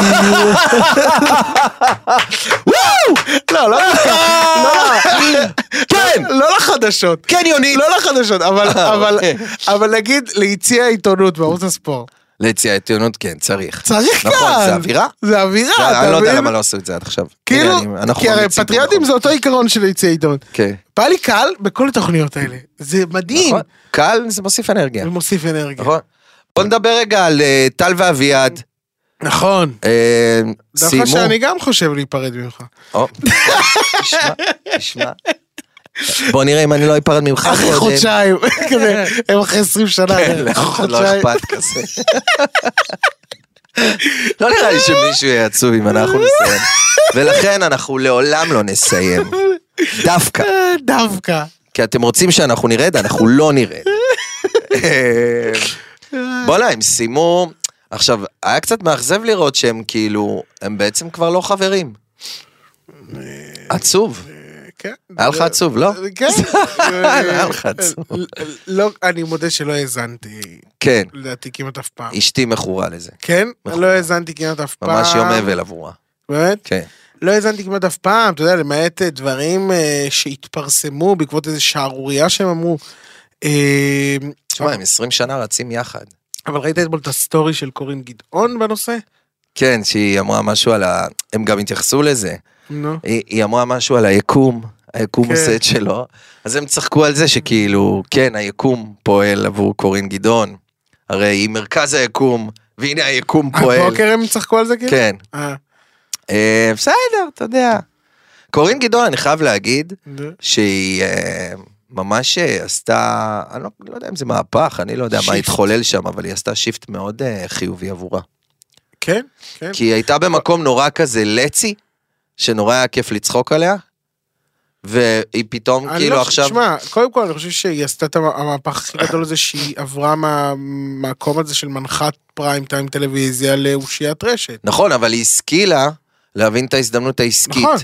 Speaker 2: לא, לא, לא,
Speaker 3: כן!
Speaker 2: לא לחדשות.
Speaker 3: קניונית!
Speaker 2: לא לחדשות, אבל, אבל,
Speaker 3: אוקיי.
Speaker 2: אבל נגיד ליציע העיתונות בערוץ הספורט.
Speaker 3: ליציאה עיתונות כן, צריך.
Speaker 2: צריך
Speaker 3: נכון,
Speaker 2: קהל.
Speaker 3: זה אווירה.
Speaker 2: זה אווירה,
Speaker 3: זה-
Speaker 2: אתה
Speaker 3: אני לא יודע
Speaker 2: מבין?
Speaker 3: למה לא עשו את זה עד עכשיו.
Speaker 2: כאילו,
Speaker 3: הנה, אני- אנחנו
Speaker 2: כי הרי
Speaker 3: ממליצים פה,
Speaker 2: פטריוטים
Speaker 3: נכון.
Speaker 2: זה אותו עיקרון של יציע עיתונות.
Speaker 3: כן.
Speaker 2: בא לי קהל בכל התוכניות האלה, זה מדהים.
Speaker 3: נכון. קהל זה מוסיף אנרגיה.
Speaker 2: ומוסיף אנרגיה.
Speaker 3: נכון. בוא נדבר רגע על אה, טל ואביעד.
Speaker 2: נכון.
Speaker 3: אה,
Speaker 2: דווקא
Speaker 3: סיימו.
Speaker 2: שאני גם חושב להיפרד ממך.
Speaker 3: או, תשמע, תשמע. בוא נראה אם אני לא אפרד ממך.
Speaker 2: אחרי
Speaker 3: קודם.
Speaker 2: חודשיים, כזה, הם אחרי 20 שנה.
Speaker 3: כן, לאף אחד לא
Speaker 2: חודשיים.
Speaker 3: אכפת כזה. לא נראה לי שמישהו יהיה עצוב אם אנחנו נסיים. ולכן אנחנו לעולם לא נסיים. דווקא.
Speaker 2: אה, דווקא.
Speaker 3: כי אתם רוצים שאנחנו נרד, אנחנו לא נרד. אמ, בואנה, הם סיימו... עכשיו, היה קצת מאכזב לראות שהם כאילו, הם בעצם כבר לא חברים. עצוב.
Speaker 2: כן.
Speaker 3: היה לך עצוב, לא?
Speaker 2: כן.
Speaker 3: היה לך עצוב.
Speaker 2: לא, אני מודה שלא האזנתי,
Speaker 3: כן,
Speaker 2: לדעתי כמעט אף פעם.
Speaker 3: אשתי מכורה לזה.
Speaker 2: כן?
Speaker 3: נכון.
Speaker 2: לא האזנתי כמעט אף פעם.
Speaker 3: ממש יום אבל עבורה.
Speaker 2: באמת?
Speaker 3: כן.
Speaker 2: לא האזנתי כמעט אף פעם, אתה יודע, למעט אה, דברים אה, שהתפרסמו בעקבות איזו שערורייה שהם אמרו. אה,
Speaker 3: תשמע, הם 20 שנה רצים יחד.
Speaker 2: אבל ראית אתמול את הסטורי של קורין גדעון בנושא?
Speaker 3: כן, שהיא אמרה משהו על ה... הם גם התייחסו לזה.
Speaker 2: נו.
Speaker 3: היא, היא אמרה משהו על היקום, היקום
Speaker 2: כן.
Speaker 3: עושה את שלו. אז הם צחקו על זה שכאילו, כן, היקום פועל עבור קורין גדעון. הרי היא מרכז היקום, והנה היקום פועל.
Speaker 2: הבוקר הם צחקו על זה כאילו?
Speaker 3: כן.
Speaker 2: אה,
Speaker 3: אה, בסדר, אתה יודע. קורין גדעון, אני חייב להגיד,
Speaker 2: נו.
Speaker 3: שהיא אה, ממש אה, עשתה, אני לא, לא יודע אם זה מהפך, אני לא יודע מה
Speaker 2: שיפט.
Speaker 3: התחולל שם, אבל היא עשתה שיפט מאוד אה, חיובי עבורה.
Speaker 2: כן, כן.
Speaker 3: כי היא הייתה במקום נורא כזה לצי, שנורא היה כיף לצחוק עליה, והיא פתאום
Speaker 2: אני
Speaker 3: כאילו
Speaker 2: לא-
Speaker 3: עכשיו...
Speaker 2: תשמע, קודם כל אני חושב שהיא עשתה את המ- המהפך הכי גדול הזה שהיא עברה מהמקום הזה של מנחת פריים טיים טלוויזיה לאושיית רשת.
Speaker 3: נכון, אבל היא השכילה להבין את ההזדמנות העסקית,
Speaker 2: נכון.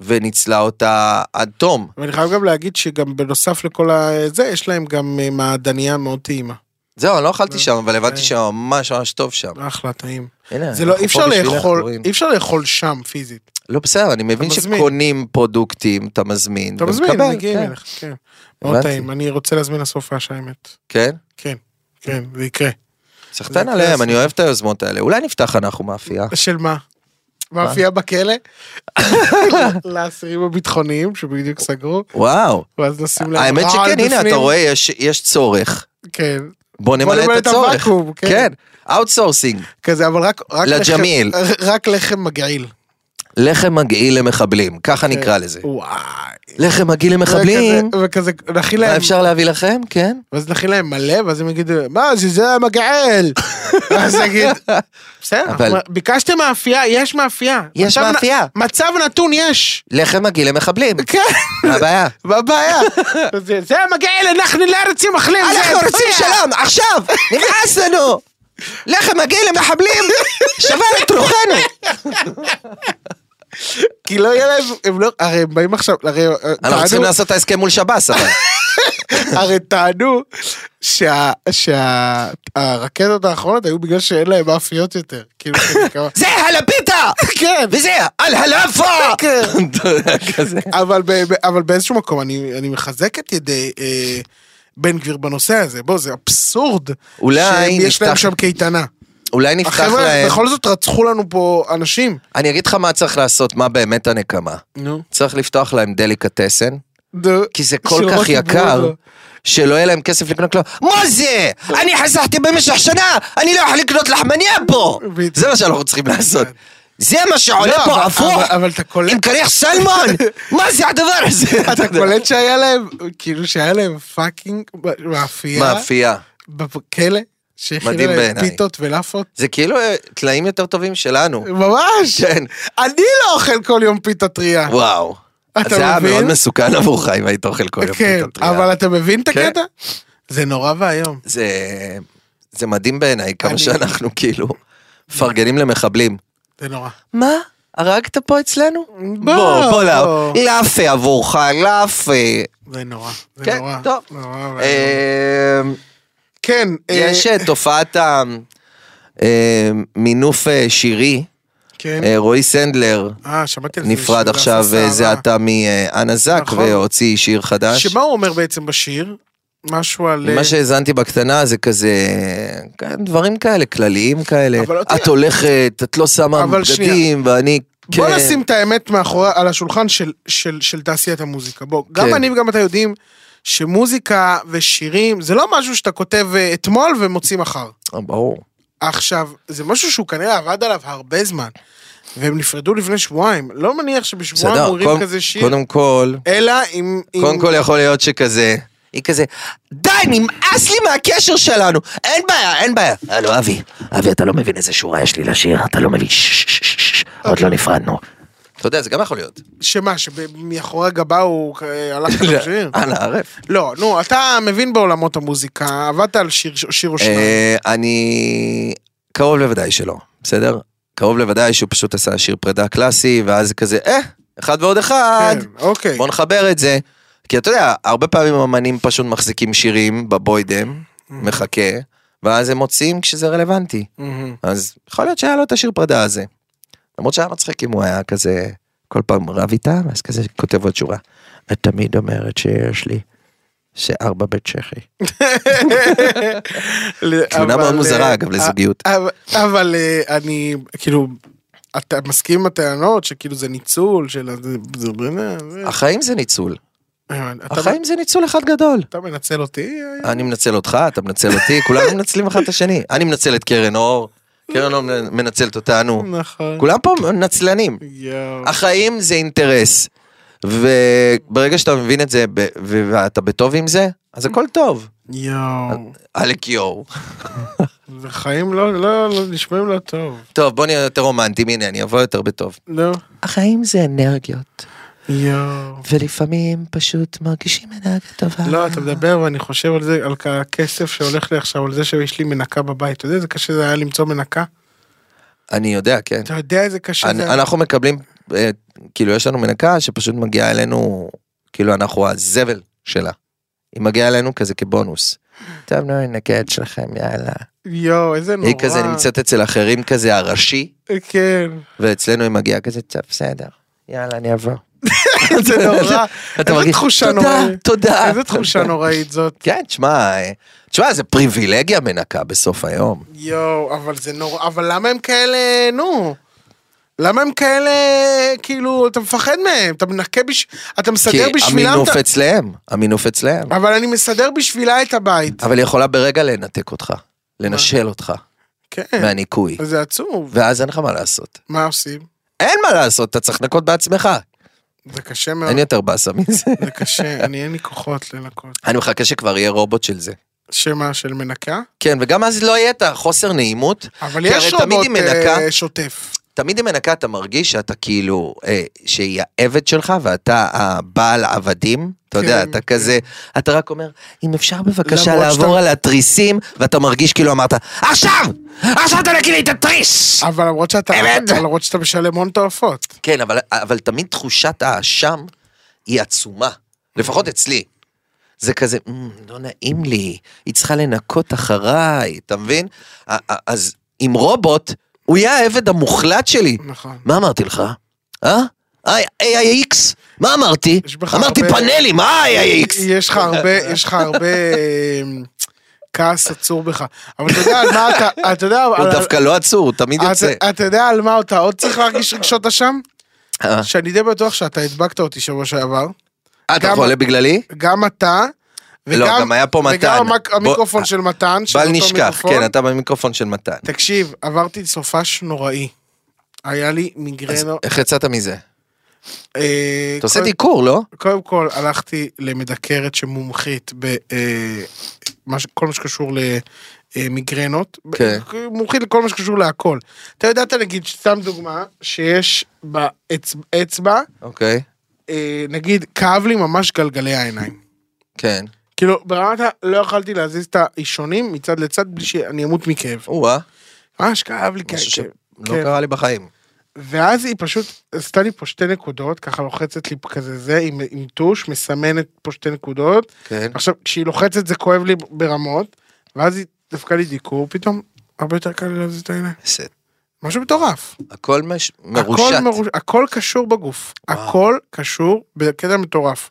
Speaker 3: וניצלה אותה עד תום.
Speaker 2: ואני חייב גם להגיד שגם בנוסף לכל ה- זה, יש להם גם אה, מעדניה מאוד טעימה.
Speaker 3: זהו, אני לא אכלתי
Speaker 2: לא,
Speaker 3: שם, אבל הבנתי
Speaker 2: אה.
Speaker 3: שממש ממש טוב שם.
Speaker 2: אחלה טעים.
Speaker 3: הנה,
Speaker 2: זה לא,
Speaker 3: כן, אנחנו
Speaker 2: אי אפשר
Speaker 3: פה בשבילך,
Speaker 2: לאכול,
Speaker 3: קוראים.
Speaker 2: אי אפשר לאכול שם פיזית.
Speaker 3: לא, בסדר, אני מבין
Speaker 2: מזמין.
Speaker 3: שקונים פרודוקטים, אתה מזמין.
Speaker 2: אתה מזמין,
Speaker 3: ומקבל,
Speaker 2: מגיעים
Speaker 3: כן.
Speaker 2: אליך, כן. מאוד
Speaker 3: הבנתי.
Speaker 2: טעים, אני רוצה להזמין לסופה שהאמת.
Speaker 3: כן?
Speaker 2: כן, כן, זה יקרה.
Speaker 3: סחטיין
Speaker 2: זה
Speaker 3: עליהם,
Speaker 2: קלאסי.
Speaker 3: אני אוהב את היוזמות האלה. אולי נפתח אנחנו מאפייה.
Speaker 2: של מה? מאפייה בכלא? לאסירים הביטחוניים שבדיוק סגרו,
Speaker 3: וואו.
Speaker 2: ואז נשים להם
Speaker 3: האמת
Speaker 2: רעל
Speaker 3: שכן, הנה, אתה
Speaker 2: בפנים.
Speaker 3: רואה, יש- יש צורך.
Speaker 2: כן,
Speaker 3: בוא נמלא את הצורך.
Speaker 2: הוואקום, כן.
Speaker 3: כן, אאוטסורסינג.
Speaker 2: כזה, אבל רק... רק
Speaker 3: לג'מיל.
Speaker 2: לחם- רק לחם מגעיל.
Speaker 3: לחם מגעיל למחבלים, ככה נקרא
Speaker 2: כן.
Speaker 3: לזה.
Speaker 2: וואי.
Speaker 3: לחם מגעיל למחבלים,
Speaker 2: וכזה- וכזה, נכין
Speaker 3: מה
Speaker 2: להם,
Speaker 3: אפשר להביא לכם? כן.
Speaker 2: ואז נכין להם מלא, ואז הם יגידו, מה זה, זה המגעיל. ואז נגיד, בסדר,
Speaker 3: אבל-
Speaker 2: אנחנו- ביקשתם מאפייה, יש מאפייה.
Speaker 3: יש
Speaker 2: מצב נ-
Speaker 3: מאפייה.
Speaker 2: מצב נתון יש.
Speaker 3: לחם מגעיל למחבלים,
Speaker 2: כן.
Speaker 3: מה הבעיה?
Speaker 2: מה הבעיה? זה- זה המגעיל, אנחנו לא רוצים אוכלים. זה
Speaker 3: אנחנו רוצים
Speaker 2: בעיה.
Speaker 3: שלום, עכשיו! נמאס לנו! לחם מגעיל למחבלים, שבר את רוחנו!
Speaker 2: כי לא יהיה להם, הם לא, הרי הם באים עכשיו, הרי אה,
Speaker 3: אנחנו צריכים
Speaker 2: טענו-
Speaker 3: לעשות את ההסכם מול שב"ס, אבל.
Speaker 2: הרי טענו שהרקטות האחרונות היו בגלל שאין להם מאפיות יותר. כאילו, כזה כמה-
Speaker 3: זה הלפיתה!
Speaker 2: כן,
Speaker 3: וזה על הלאפה! כזה.
Speaker 2: אבל ב- ב- אבל באיזשהו מקום אני אני מחזק את ידי... אה, בן גביר בנושא הזה, בוא, זה אבסורד.
Speaker 3: אולי
Speaker 2: שיש להם
Speaker 3: נפתח-
Speaker 2: שם קייטנה.
Speaker 3: אולי נפתח
Speaker 2: החבר'ה,
Speaker 3: להם...
Speaker 2: בכל זאת רצחו לנו פה אנשים.
Speaker 3: אני אגיד לך מה צריך לעשות, מה באמת הנקמה.
Speaker 2: נו.
Speaker 3: צריך לפתוח להם דליקטסן, כי זה כל
Speaker 2: שלא
Speaker 3: כך
Speaker 2: קיבלו
Speaker 3: יקר,
Speaker 2: אותו.
Speaker 3: שלא יהיה להם כסף לקנות לו. מה זה? אני חסכתי במשך שנה, אני לא יכול לקנות לחמניה פה!
Speaker 2: בדיוק.
Speaker 3: זה מה שאנחנו צריכים לעשות. זה מה
Speaker 2: כן. לא,
Speaker 3: שעולה
Speaker 2: אבל-
Speaker 3: פה, הפוך!
Speaker 2: אבל- אבל אתה קולט-
Speaker 3: עם קריח סלמון! מה זה הדבר הזה?
Speaker 2: אתה קולט שהיה להם, כאילו שהיה להם פאקינג מאפייה
Speaker 3: מאפייה.
Speaker 2: בכלא, שהכינה
Speaker 3: מדהים
Speaker 2: להם
Speaker 3: בעיניי.
Speaker 2: פיתות ולאפות.
Speaker 3: זה כאילו אה, טלאים יותר טובים שלנו.
Speaker 2: ממש,
Speaker 3: כן.
Speaker 2: אני לא אוכל כל יום פיתה טריה.
Speaker 3: וואו.
Speaker 2: אתה
Speaker 3: זה היה
Speaker 2: מבין?
Speaker 3: מאוד מסוכן עבורך אם היית אוכל כל יום
Speaker 2: כן,
Speaker 3: פיתות טריה.
Speaker 2: אבל אתה מבין את
Speaker 3: כן.
Speaker 2: הקטע? זה נורא ואיום.
Speaker 3: זה, זה מדהים בעיניי כמה
Speaker 2: אני-
Speaker 3: שאנחנו כאילו מפרגנים למחבלים.
Speaker 2: זה נורא.
Speaker 3: מה? הרגת פה אצלנו?
Speaker 2: בוא,
Speaker 3: בוא, בוא, לא.
Speaker 2: בוא.
Speaker 3: לאפה עבורך, לאפה.
Speaker 2: זה נורא. זה
Speaker 3: כן,
Speaker 2: נורא.
Speaker 3: טוב.
Speaker 2: נורא ואיום.
Speaker 3: אה,
Speaker 2: כן. אה,
Speaker 3: יש את תופעת המינוף אה, שירי,
Speaker 2: כן.
Speaker 3: אה, רועי סנדלר.
Speaker 2: אה, שמעתי על זה.
Speaker 3: נפרד
Speaker 2: שהוא
Speaker 3: עכשיו
Speaker 2: עשה
Speaker 3: אה, זה
Speaker 2: סערה.
Speaker 3: עתה מאנה זק
Speaker 2: נכון.
Speaker 3: והוציא שיר חדש.
Speaker 2: שמה הוא אומר בעצם בשיר? משהו על... אה,
Speaker 3: מה שהאזנתי בקטנה זה כזה, כן, דברים כאלה, כלליים כאלה.
Speaker 2: אבל לא תראה-
Speaker 3: את הולכת, את לא שמה
Speaker 2: אבל
Speaker 3: בגדים, ואני...
Speaker 2: בוא
Speaker 3: כן.
Speaker 2: נשים את האמת מאחורי, על השולחן של, של, של תעשיית המוזיקה. בוא, כן.
Speaker 3: כן.
Speaker 2: גם אני וגם אתה יודעים שמוזיקה ושירים זה לא משהו שאתה כותב אה, אתמול ומוציא מחר.
Speaker 3: אה, ברור.
Speaker 2: עכשיו, זה משהו שהוא כנראה עבד עליו הרבה זמן, והם נפרדו לפני שבועיים. לא מניח שבשבועיים
Speaker 3: בסדר,
Speaker 2: אומרים
Speaker 3: קודם-
Speaker 2: כזה שיר,
Speaker 3: קודם כל,
Speaker 2: אלא אם... אם-
Speaker 3: קודם כל יכול להיות שכזה, היא כזה, די, נמאס לי מהקשר שלנו, אין בעיה, אין בעיה. הלו, אבי, אבי, אתה לא מבין איזה שורה יש לי לשיר, אתה לא מבין, ששש, ששש, עוד לא
Speaker 2: אוקיי.
Speaker 3: נפרדנו. אתה יודע, זה גם יכול להיות.
Speaker 2: שמה, שמאחורי הגבה הוא אה, הלך עם השיר?
Speaker 3: אנא ערף.
Speaker 2: לא, נו, אתה מבין בעולמות המוזיקה, עבדת על שיר, שיר או שניים.
Speaker 3: אה, אני... קרוב לוודאי שלא, בסדר? קרוב לוודאי שהוא פשוט עשה שיר פרידה קלאסי, ואז כזה, אה, אחד ועוד אחד,
Speaker 2: כן, אוקיי.
Speaker 3: אה, בוא נחבר את זה. כי אתה יודע, הרבה פעמים אמנים פשוט מחזיקים שירים בבוידם,
Speaker 2: Mm-hmm.
Speaker 3: מחכה, ואז הם מוציאים כשזה רלוונטי.
Speaker 2: מהמם.
Speaker 3: אז יכול להיות שהיה לו את השיר פרידה הזה. למרות שהיה מצחיק אם הוא היה כזה, כל פעם רב איתה, ואז כזה כותב עוד שורה. את תמיד אומרת שיש לי שארבע בצ'כי. תלונה
Speaker 2: אבל,
Speaker 3: מאוד
Speaker 2: אה,
Speaker 3: מוזרה, אגב, לזוגיות.
Speaker 2: אבל- אבל אה, אני, כאילו, אתה מסכים עם הטענות שכאילו זה ניצול של... ה- זה- זה ברינה, זה- אה,
Speaker 3: החיים זה ניצול.
Speaker 2: אתה-
Speaker 3: החיים אה, זה ניצול אחד גדול.
Speaker 2: אתה מנצל אותי? אה,
Speaker 3: אני מנצל אותך, אתה מנצל אותי, כולנו מנצלים אחד את השני. אני מנצל את קרן אור, קרן אור מנצלת אותנו.
Speaker 2: נכון.
Speaker 3: כולם פה נצלנים.
Speaker 2: יואו.
Speaker 3: אה, החיים זה אינטרס. וברגע שאתה מבין את זה ב- ו- ואתה בטוב עם זה, אז הכל טוב.
Speaker 2: יואו.
Speaker 3: עלק יואו.
Speaker 2: וחיים לא, לא, לא, נשמעים לא טוב.
Speaker 3: טוב, בוא נהיה יותר רומנטיים, הנה, אני אבוא יותר בטוב.
Speaker 2: נו.
Speaker 3: החיים זה אנרגיות,
Speaker 2: יואו.
Speaker 3: ולפעמים פשוט מרגישים אנרגיה טובה.
Speaker 2: לא, אתה מדבר ואני חושב על זה, על כ- הכסף שהולך לי עכשיו, על זה שיש לי מנקה בבית. אתה יודע איזה קשה זה היה למצוא מנקה?
Speaker 3: אני יודע, כן.
Speaker 2: אתה יודע איזה קשה
Speaker 3: אנ-
Speaker 2: זה היה?
Speaker 3: אנחנו מקבלים, אה, כאילו יש לנו מנקה שפשוט מגיעה אלינו, כאילו אנחנו הזבל שלה. היא מגיעה אלינו כזה כבונוס. טוב, נו, הנקה את שלכם, יאללה.
Speaker 2: יואו, איזה נורא.
Speaker 3: היא כזה נמצאת אצל אחרים כזה הראשי,
Speaker 2: כן.
Speaker 3: ואצלנו היא מגיעה כזה, טוב, בסדר. יאללה, אני אבוא.
Speaker 2: זה נורא.
Speaker 3: כן, אתה
Speaker 2: איזה
Speaker 3: מרגיש,
Speaker 2: תחושה
Speaker 3: תודה,
Speaker 2: נוראית.
Speaker 3: תודה.
Speaker 2: איזה תחושה נוראית זאת.
Speaker 3: כן, תשמע, אה, תשמע, זה פריבילגיה מנקה בסוף היום.
Speaker 2: יואו, אבל זה נורא, אבל למה הם כאלה, נו? למה הם כאלה, כאילו, אתה מפחד מהם, אתה מנקה בש... אתה
Speaker 3: כי
Speaker 2: מסדר בשבילם...
Speaker 3: המינוף
Speaker 2: את ה-
Speaker 3: אצלם, המינוף אצלם.
Speaker 2: אבל אני מסדר בשבילה את הבית.
Speaker 3: אבל היא יכולה ברגע לנתק אותך, לנשל אותך
Speaker 2: כן.
Speaker 3: מהניקוי,
Speaker 2: אז זה עצוב.
Speaker 3: ואז אין לך מה לעשות.
Speaker 2: מה עושים?
Speaker 3: אין מה לעשות, אתה צריך לנקות בעצמך.
Speaker 2: אה. זה קשה מאוד.
Speaker 3: אין יותר באסה מזה.
Speaker 2: זה קשה, אני אין לי כוחות לנקות.
Speaker 3: אני מחכה שכבר יהיה רובוט של זה.
Speaker 2: שמה, של מנקה?
Speaker 3: כן, וגם אז לא יהיה את החוסר נעימות.
Speaker 2: אבל
Speaker 3: כי הרי
Speaker 2: יש
Speaker 3: תמיד
Speaker 2: רובוט
Speaker 3: היא מנקה,
Speaker 2: אה, שוטף.
Speaker 3: תמיד עם מנקה אתה מרגיש שאתה כאילו, אה, שהיא העבד שלך ואתה הבעל עבדים. אתה יודע,
Speaker 2: כן,
Speaker 3: אתה כזה, אתה רק אומר, אם אפשר בבקשה
Speaker 2: למרות
Speaker 3: לעבור
Speaker 2: שאתה-
Speaker 3: על התריסים, ואתה מרגיש כאילו אמרת, עכשיו! עכשיו תנקי לי את התריס!
Speaker 2: אבל למרות שאתה
Speaker 3: אמת.
Speaker 2: אבל למרות שאתה משלם הון תועפות.
Speaker 3: כן, אבל, אבל תמיד תחושת האשם היא עצומה, לפחות
Speaker 2: Mm.
Speaker 3: אצלי. זה כזה, "מ, לא נעים לי, היא צריכה לנקות אחריי, אתה מבין? א- א- אז עם רובוט, הוא יהיה העבד המוחלט שלי.
Speaker 2: נכון.
Speaker 3: מה אמרתי לך? אה? איי, איי, איקס? מה אמרתי?
Speaker 2: יש בך
Speaker 3: אמרתי
Speaker 2: הרבה-
Speaker 3: פאנלים, איי, איי, איקס.
Speaker 2: יש לך הרבה, יש לך הרבה אה, כעס עצור בך. אבל אתה יודע על מה אתה, אתה יודע,
Speaker 3: הוא
Speaker 2: על- אה,
Speaker 3: דווקא לא עצור, הוא תמיד
Speaker 2: אתה-
Speaker 3: יוצא.
Speaker 2: אתה יודע על מה אתה עוד צריך להרגיש רגשות אשם?
Speaker 3: אה,
Speaker 2: שאני די בטוח שאתה הדבקת אותי שבוע שעבר.
Speaker 3: אתה
Speaker 2: גם-
Speaker 3: חולה בגללי?
Speaker 2: גם אתה, וגם,
Speaker 3: לא, גם היה פה מתן.
Speaker 2: וגם המק-
Speaker 3: בוא-
Speaker 2: המיקרופון של מתן, של
Speaker 3: בל
Speaker 2: אותו
Speaker 3: נשכח,
Speaker 2: מיקרופון.
Speaker 3: כן, אתה במיקרופון של מתן.
Speaker 2: תקשיב, עברתי סופש נוראי. היה לי
Speaker 3: אז
Speaker 2: מיגרנו.
Speaker 3: איך יצאת מזה?
Speaker 2: אה,
Speaker 3: אתה עושה
Speaker 2: כל-
Speaker 3: דיקור, לא?
Speaker 2: קודם כל הלכתי למדקרת שמומחית בכל מה שקשור למיגרנות.
Speaker 3: כן.
Speaker 2: מומחית לכל מה שקשור להכל. אתה יודעת נגיד, סתם דוגמה, שיש באצבע,
Speaker 3: אוקיי,
Speaker 2: אה, נגיד כאב לי ממש גלגלי העיניים.
Speaker 3: כן.
Speaker 2: כאילו ברמת ה... לא יכולתי להזיז את האישונים מצד לצד בלי שאני אמות מכאב.
Speaker 3: או-אה,
Speaker 2: ממש כאב לי כאב.
Speaker 3: משהו לא
Speaker 2: כאב.
Speaker 3: שלא קרה לי בחיים.
Speaker 2: ואז היא פשוט עשתה לי פה שתי נקודות, ככה לוחצת לי כזה זה, עם, עם טוש, מסמנת פה שתי נקודות.
Speaker 3: כן.
Speaker 2: עכשיו, כשהיא לוחצת זה כואב לי ברמות, ואז היא דפקה לי דיקור, פתאום הרבה יותר קל לי להזיז את העיניים.
Speaker 3: זה-
Speaker 2: משהו מטורף.
Speaker 3: הכל מש-
Speaker 2: הכל,
Speaker 3: מרושת.
Speaker 2: מרוש- הכל קשור בגוף,
Speaker 3: וואו.
Speaker 2: הכל קשור בקטע מטורף.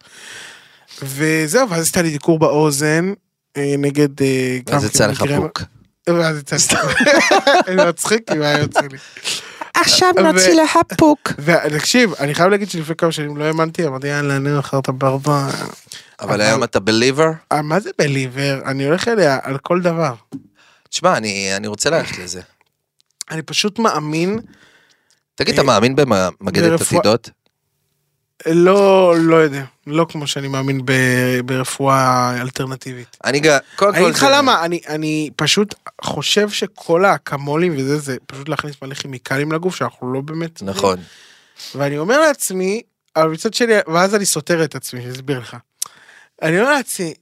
Speaker 2: וזהו, ואז עשתה לי דיקור באוזן, אה, נגד... אה, גם
Speaker 3: ואז יצא
Speaker 2: כאילו
Speaker 3: לך
Speaker 2: מיגרנות.
Speaker 3: פוק.
Speaker 2: ואז יצא לי. אני מצחיק, אם היה יוצא לי.
Speaker 3: עכשיו
Speaker 2: נוציא
Speaker 3: לך פוק.
Speaker 2: ותקשיב, אני חייב להגיד שלפני כמה שנים לא האמנתי, אמרתי יאללה, אני אוכל את הברבה.
Speaker 3: אבל היום אתה בליבר?
Speaker 2: אה, מה זה בליבר? אני הולך אליה על כל דבר.
Speaker 3: תשמע, אני אני רוצה ללכת לזה.
Speaker 2: אני פשוט מאמין,
Speaker 3: תגיד, אתה מאמין במגדת
Speaker 2: אה, ברפואה-
Speaker 3: עתידות?
Speaker 2: לא, לא יודע, לא כמו שאני מאמין ב- ברפואה אלטרנטיבית.
Speaker 3: אני גם, קודם לא כל...
Speaker 2: אני אגיד לך
Speaker 3: זה-
Speaker 2: למה, אני, אני פשוט חושב שכל האקמולים וזה, זה פשוט להכניס מלא כימיקלים לגוף שאנחנו לא באמת...
Speaker 3: נכון.
Speaker 2: ואני אומר לעצמי, אבל מצד שני, ואז אני סותר את עצמי, אני אסביר לך. אני אומר לעצמי,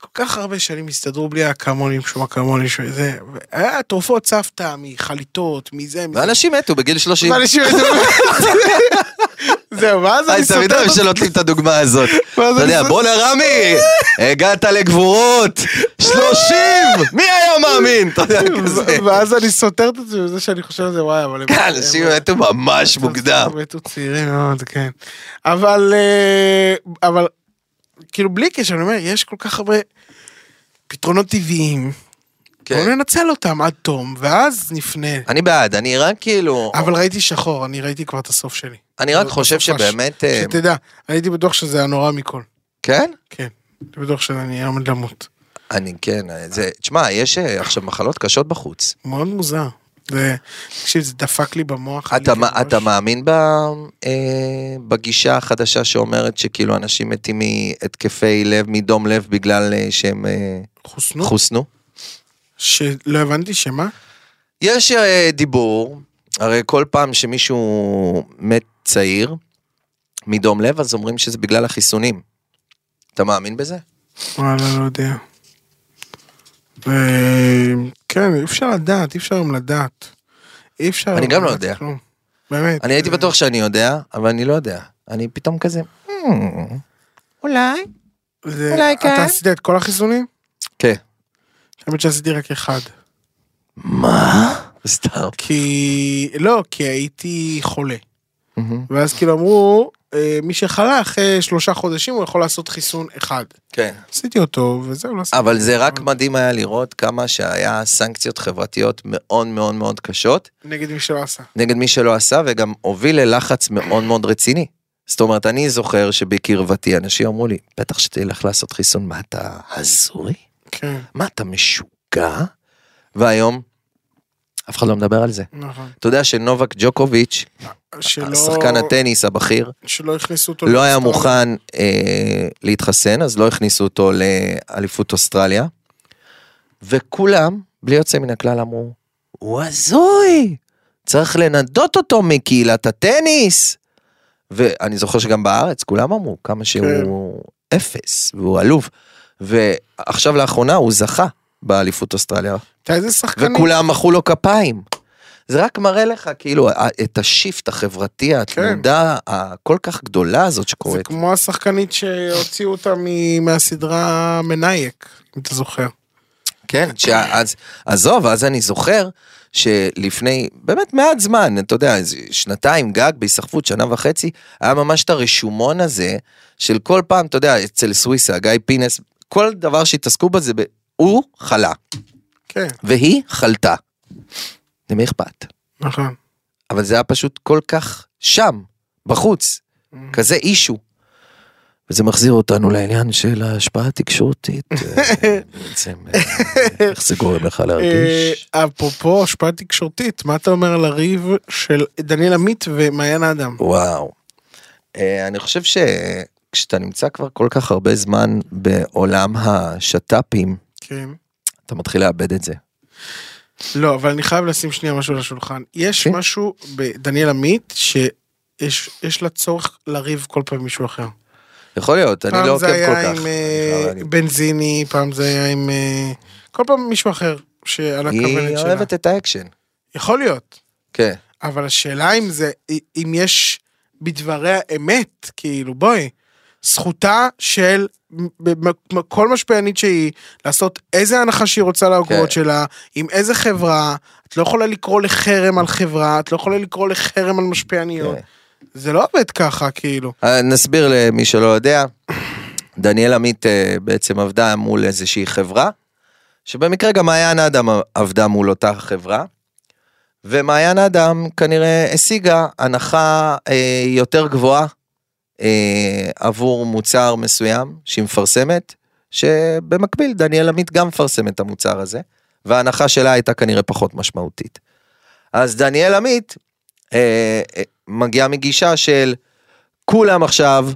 Speaker 2: כל כך הרבה שנים הסתדרו בלי האקמולים, שום אקמולים, שום זה, היה תרופות סבתא מחליטות, מזה, מזה.
Speaker 3: ואנשים מתו בגיל 30.
Speaker 2: ואנשים... זהו, ואז אני
Speaker 3: היי,
Speaker 2: סותר
Speaker 3: אה, תמיד
Speaker 2: את
Speaker 3: אוהב
Speaker 2: עצמי.
Speaker 3: שנותנים את הדוגמה הזאת.
Speaker 2: ואז
Speaker 3: אתה
Speaker 2: אני
Speaker 3: יודע,
Speaker 2: סותר-
Speaker 3: בואנה רמי, הגעת לגבורות, 30! מי היה מאמין? אתה יודע, כזה. כן, אה,
Speaker 2: ואז אני סותר את עצמי בזה שאני חושב על זה, וואי, אבל... הם-
Speaker 3: אנשים
Speaker 2: הם-
Speaker 3: מתו ממש מוקדם.
Speaker 2: מתו צעירים מאוד, כן. אבל, אה, אבל, כאילו בלי קשר, אני אומר, יש כל כך הרבה פתרונות טבעיים.
Speaker 3: כן.
Speaker 2: בואו ננצל אותם עד תום, ואז נפנה.
Speaker 3: אני בעד, אני רק כאילו...
Speaker 2: אבל ראיתי שחור, אני ראיתי כבר את הסוף שלי.
Speaker 3: אני רק
Speaker 2: זה
Speaker 3: חושב
Speaker 2: ממש-
Speaker 3: שבאמת... אה,
Speaker 2: שתדע, הייתי בטוח שזה הנורא מכל.
Speaker 3: כן?
Speaker 2: כן. הייתי בטוח שאני עומד למות.
Speaker 3: אני כן, אה, זה... תשמע, יש אה, עכשיו מחלות קשות בחוץ.
Speaker 2: מאוד מוזר. זה, תקשיב, זה דפק לי במוח.
Speaker 3: אתה,
Speaker 2: עליתי
Speaker 3: מה- אתה
Speaker 2: ממש.
Speaker 3: מאמין ב, אה, בגישה החדשה שאומרת שכאילו אנשים מתים מהתקפי לב, מדום לב, בגלל אה, שהם אה,
Speaker 2: חוסנו?
Speaker 3: חוסנו.
Speaker 2: שלא הבנתי שמה?
Speaker 3: יש אה, דיבור, הרי כל פעם שמישהו מת צעיר מדום לב, אז אומרים שזה בגלל החיסונים. אתה מאמין בזה?
Speaker 2: וואלה, לא יודע. אה, כן, אי אפשר לדעת, אי אפשר היום לדעת. אי אפשר...
Speaker 3: אני
Speaker 2: היום
Speaker 3: גם לא
Speaker 2: לדעת
Speaker 3: יודע.
Speaker 2: כלום. באמת.
Speaker 3: אני הייתי בטוח שאני יודע, אבל אני לא יודע. אני פתאום כזה, "Hmm, אולי.
Speaker 2: זה-
Speaker 3: אולי כן.
Speaker 2: אתה עשית את כל החיסונים?
Speaker 3: כן.
Speaker 2: האמת שעשיתי רק אחד.
Speaker 3: מה? סתם.
Speaker 2: כי... לא, כי הייתי חולה.
Speaker 3: מהמם.
Speaker 2: ואז כאילו אמרו, אה, מי שחלה אחרי שלושה חודשים הוא יכול לעשות חיסון אחד.
Speaker 3: כן.
Speaker 2: עשיתי אותו, וזהו, לא עשיתי.
Speaker 3: אבל זה רק מדהים היה לראות כמה שהיה סנקציות חברתיות מאוד מאוד מאוד קשות
Speaker 2: נגד מי שלא עשה.
Speaker 3: נגד מי שלא עשה וגם הוביל ללחץ מאוד מאוד רציני. זאת אומרת, אני זוכר שבקרבתי אנשים אמרו לי, בטח שתלך לעשות חיסון, מה אתה הזוי?
Speaker 2: כן,
Speaker 3: מה אתה משוגע? והיום, אף אחד לא מדבר על זה.
Speaker 2: נכון.
Speaker 3: אתה יודע שנובק ג'וקוביץ',
Speaker 2: שלא...
Speaker 3: שחקן הטניס הבכיר,
Speaker 2: שלא הכניסו אותו.
Speaker 3: לא היה
Speaker 2: לאוסטרליה.
Speaker 3: מוכן אה, להתחסן, אז לא הכניסו אותו לאליפות אוסטרליה. וכולם, בלי יוצא מן הכלל, אמרו, הוא הזוי, צריך לנדות אותו מקהילת הטניס. ואני זוכר שגם בארץ כולם אמרו כמה שהוא אפס, והוא עלוב. ועכשיו לאחרונה הוא זכה באליפות אוסטרליה,
Speaker 2: אתה איזה שחקנים?
Speaker 3: וכולם מחאו לו כפיים. זה רק מראה לך כאילו ה- את השיפט החברתי, התנודה הכל כך גדולה הזאת
Speaker 2: זה
Speaker 3: שקורית.
Speaker 2: כמו השחקנית שהוציאו אותה מ- מהסדרה מנייק, אם אתה זוכר.
Speaker 3: כן, אז עזוב, אז אני זוכר שלפני באמת מעט זמן, אתה יודע, איזה שנתיים גג בהיסחפות, שנה וחצי, היה ממש את הרשומון הזה של כל פעם, אתה יודע, אצל סוויסה, גיא פינס, כל דבר שהתעסקו בזה, ב- הוא חלה,
Speaker 2: כן,
Speaker 3: והיא חלתה. למי אכפת?
Speaker 2: נכון.
Speaker 3: אבל זה היה פשוט כל כך שם, בחוץ,
Speaker 2: Mm.
Speaker 3: כזה אישו. וזה מחזיר אותנו לעניין של ההשפעה התקשורתית, אה, בעצם, אה, איך זה גורם לך להרגיש.
Speaker 2: אה, אפרופו השפעה תקשורתית, מה אתה אומר על הריב של דניאל עמית ומעיין האדם?
Speaker 3: וואו. אה, אני חושב שכשאתה נמצא כבר כל כך הרבה זמן בעולם השת"פים,
Speaker 2: כן.
Speaker 3: אתה מתחיל לאבד את זה.
Speaker 2: לא, אבל אני חייב לשים שנייה משהו על השולחן. יש
Speaker 3: כן.
Speaker 2: משהו בדניאל עמית שיש יש לה צורך לריב כל פעם עם מישהו אחר.
Speaker 3: יכול להיות, אני לא
Speaker 2: פעם
Speaker 3: עוקב
Speaker 2: זה היה
Speaker 3: כל כך. אני
Speaker 2: עם אה,
Speaker 3: חייב להגיד.
Speaker 2: בנזיני, פעם זה היה עם... אה, כל פעם מישהו אחר שעל הכוונת
Speaker 3: היא
Speaker 2: שלה.
Speaker 3: אוהבת את האקשן.
Speaker 2: יכול להיות,
Speaker 3: כן.
Speaker 2: אבל השאלה אם זה, אם יש בדבריה אמת, כאילו בואי, זכותה של ב- ב- כל משפיענית שהיא, לעשות איזה הנחה שהיא רוצה לאגרות
Speaker 3: כן.
Speaker 2: שלה, עם איזה חברה, את לא יכולה לקרוא לחרם על חברה, את לא יכולה לקרוא לחרם על משפיעניות.
Speaker 3: כן.
Speaker 2: זה לא עובד ככה, כאילו.
Speaker 3: אה, נסביר למי שלא יודע, דניאל עמית אה, בעצם עבדה מול איזושהי חברה, שבמקרה גם מעיין אדם עבדה מול אותה חברה, ומעיין אדם כנראה השיגה הנחה אה, יותר גבוהה אה, עבור מוצר מסוים שהיא מפרסמת, שבמקביל דניאל עמית גם מפרסם את המוצר הזה, וההנחה שלה הייתה כנראה פחות משמעותית. אז דניאל עמית אה, אה, מגיעה מגישה של כולם עכשיו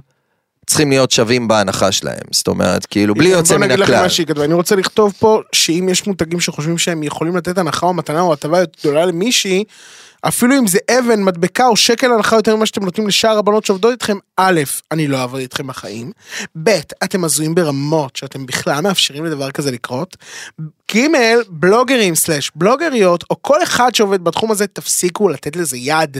Speaker 3: צריכים להיות שווים בהנחה שלהם, זאת אומרת, כאילו בלי יוצא מן
Speaker 2: בוא נגיד לכם
Speaker 3: הכלל.
Speaker 2: מה שהיא כתבה, אני רוצה לכתוב פה שאם יש מותגים שחושבים שהם יכולים לתת הנחה או מתנה או הטבה גדולה למישהי, אפילו אם זה אבן, מדבקה או שקל הנחה יותר ממה שאתם נותנים לשאר הבנות שעובדות איתכם, א', אני לא אעבוד איתכם בחיים, ב', אתם הזויים ברמות שאתם בכלל מאפשרים לדבר כזה לקרות, ג', בלוגרים סלאש בלוגריות, או כל אחד שעובד בתחום הזה, תפסיקו לתת לזה יד.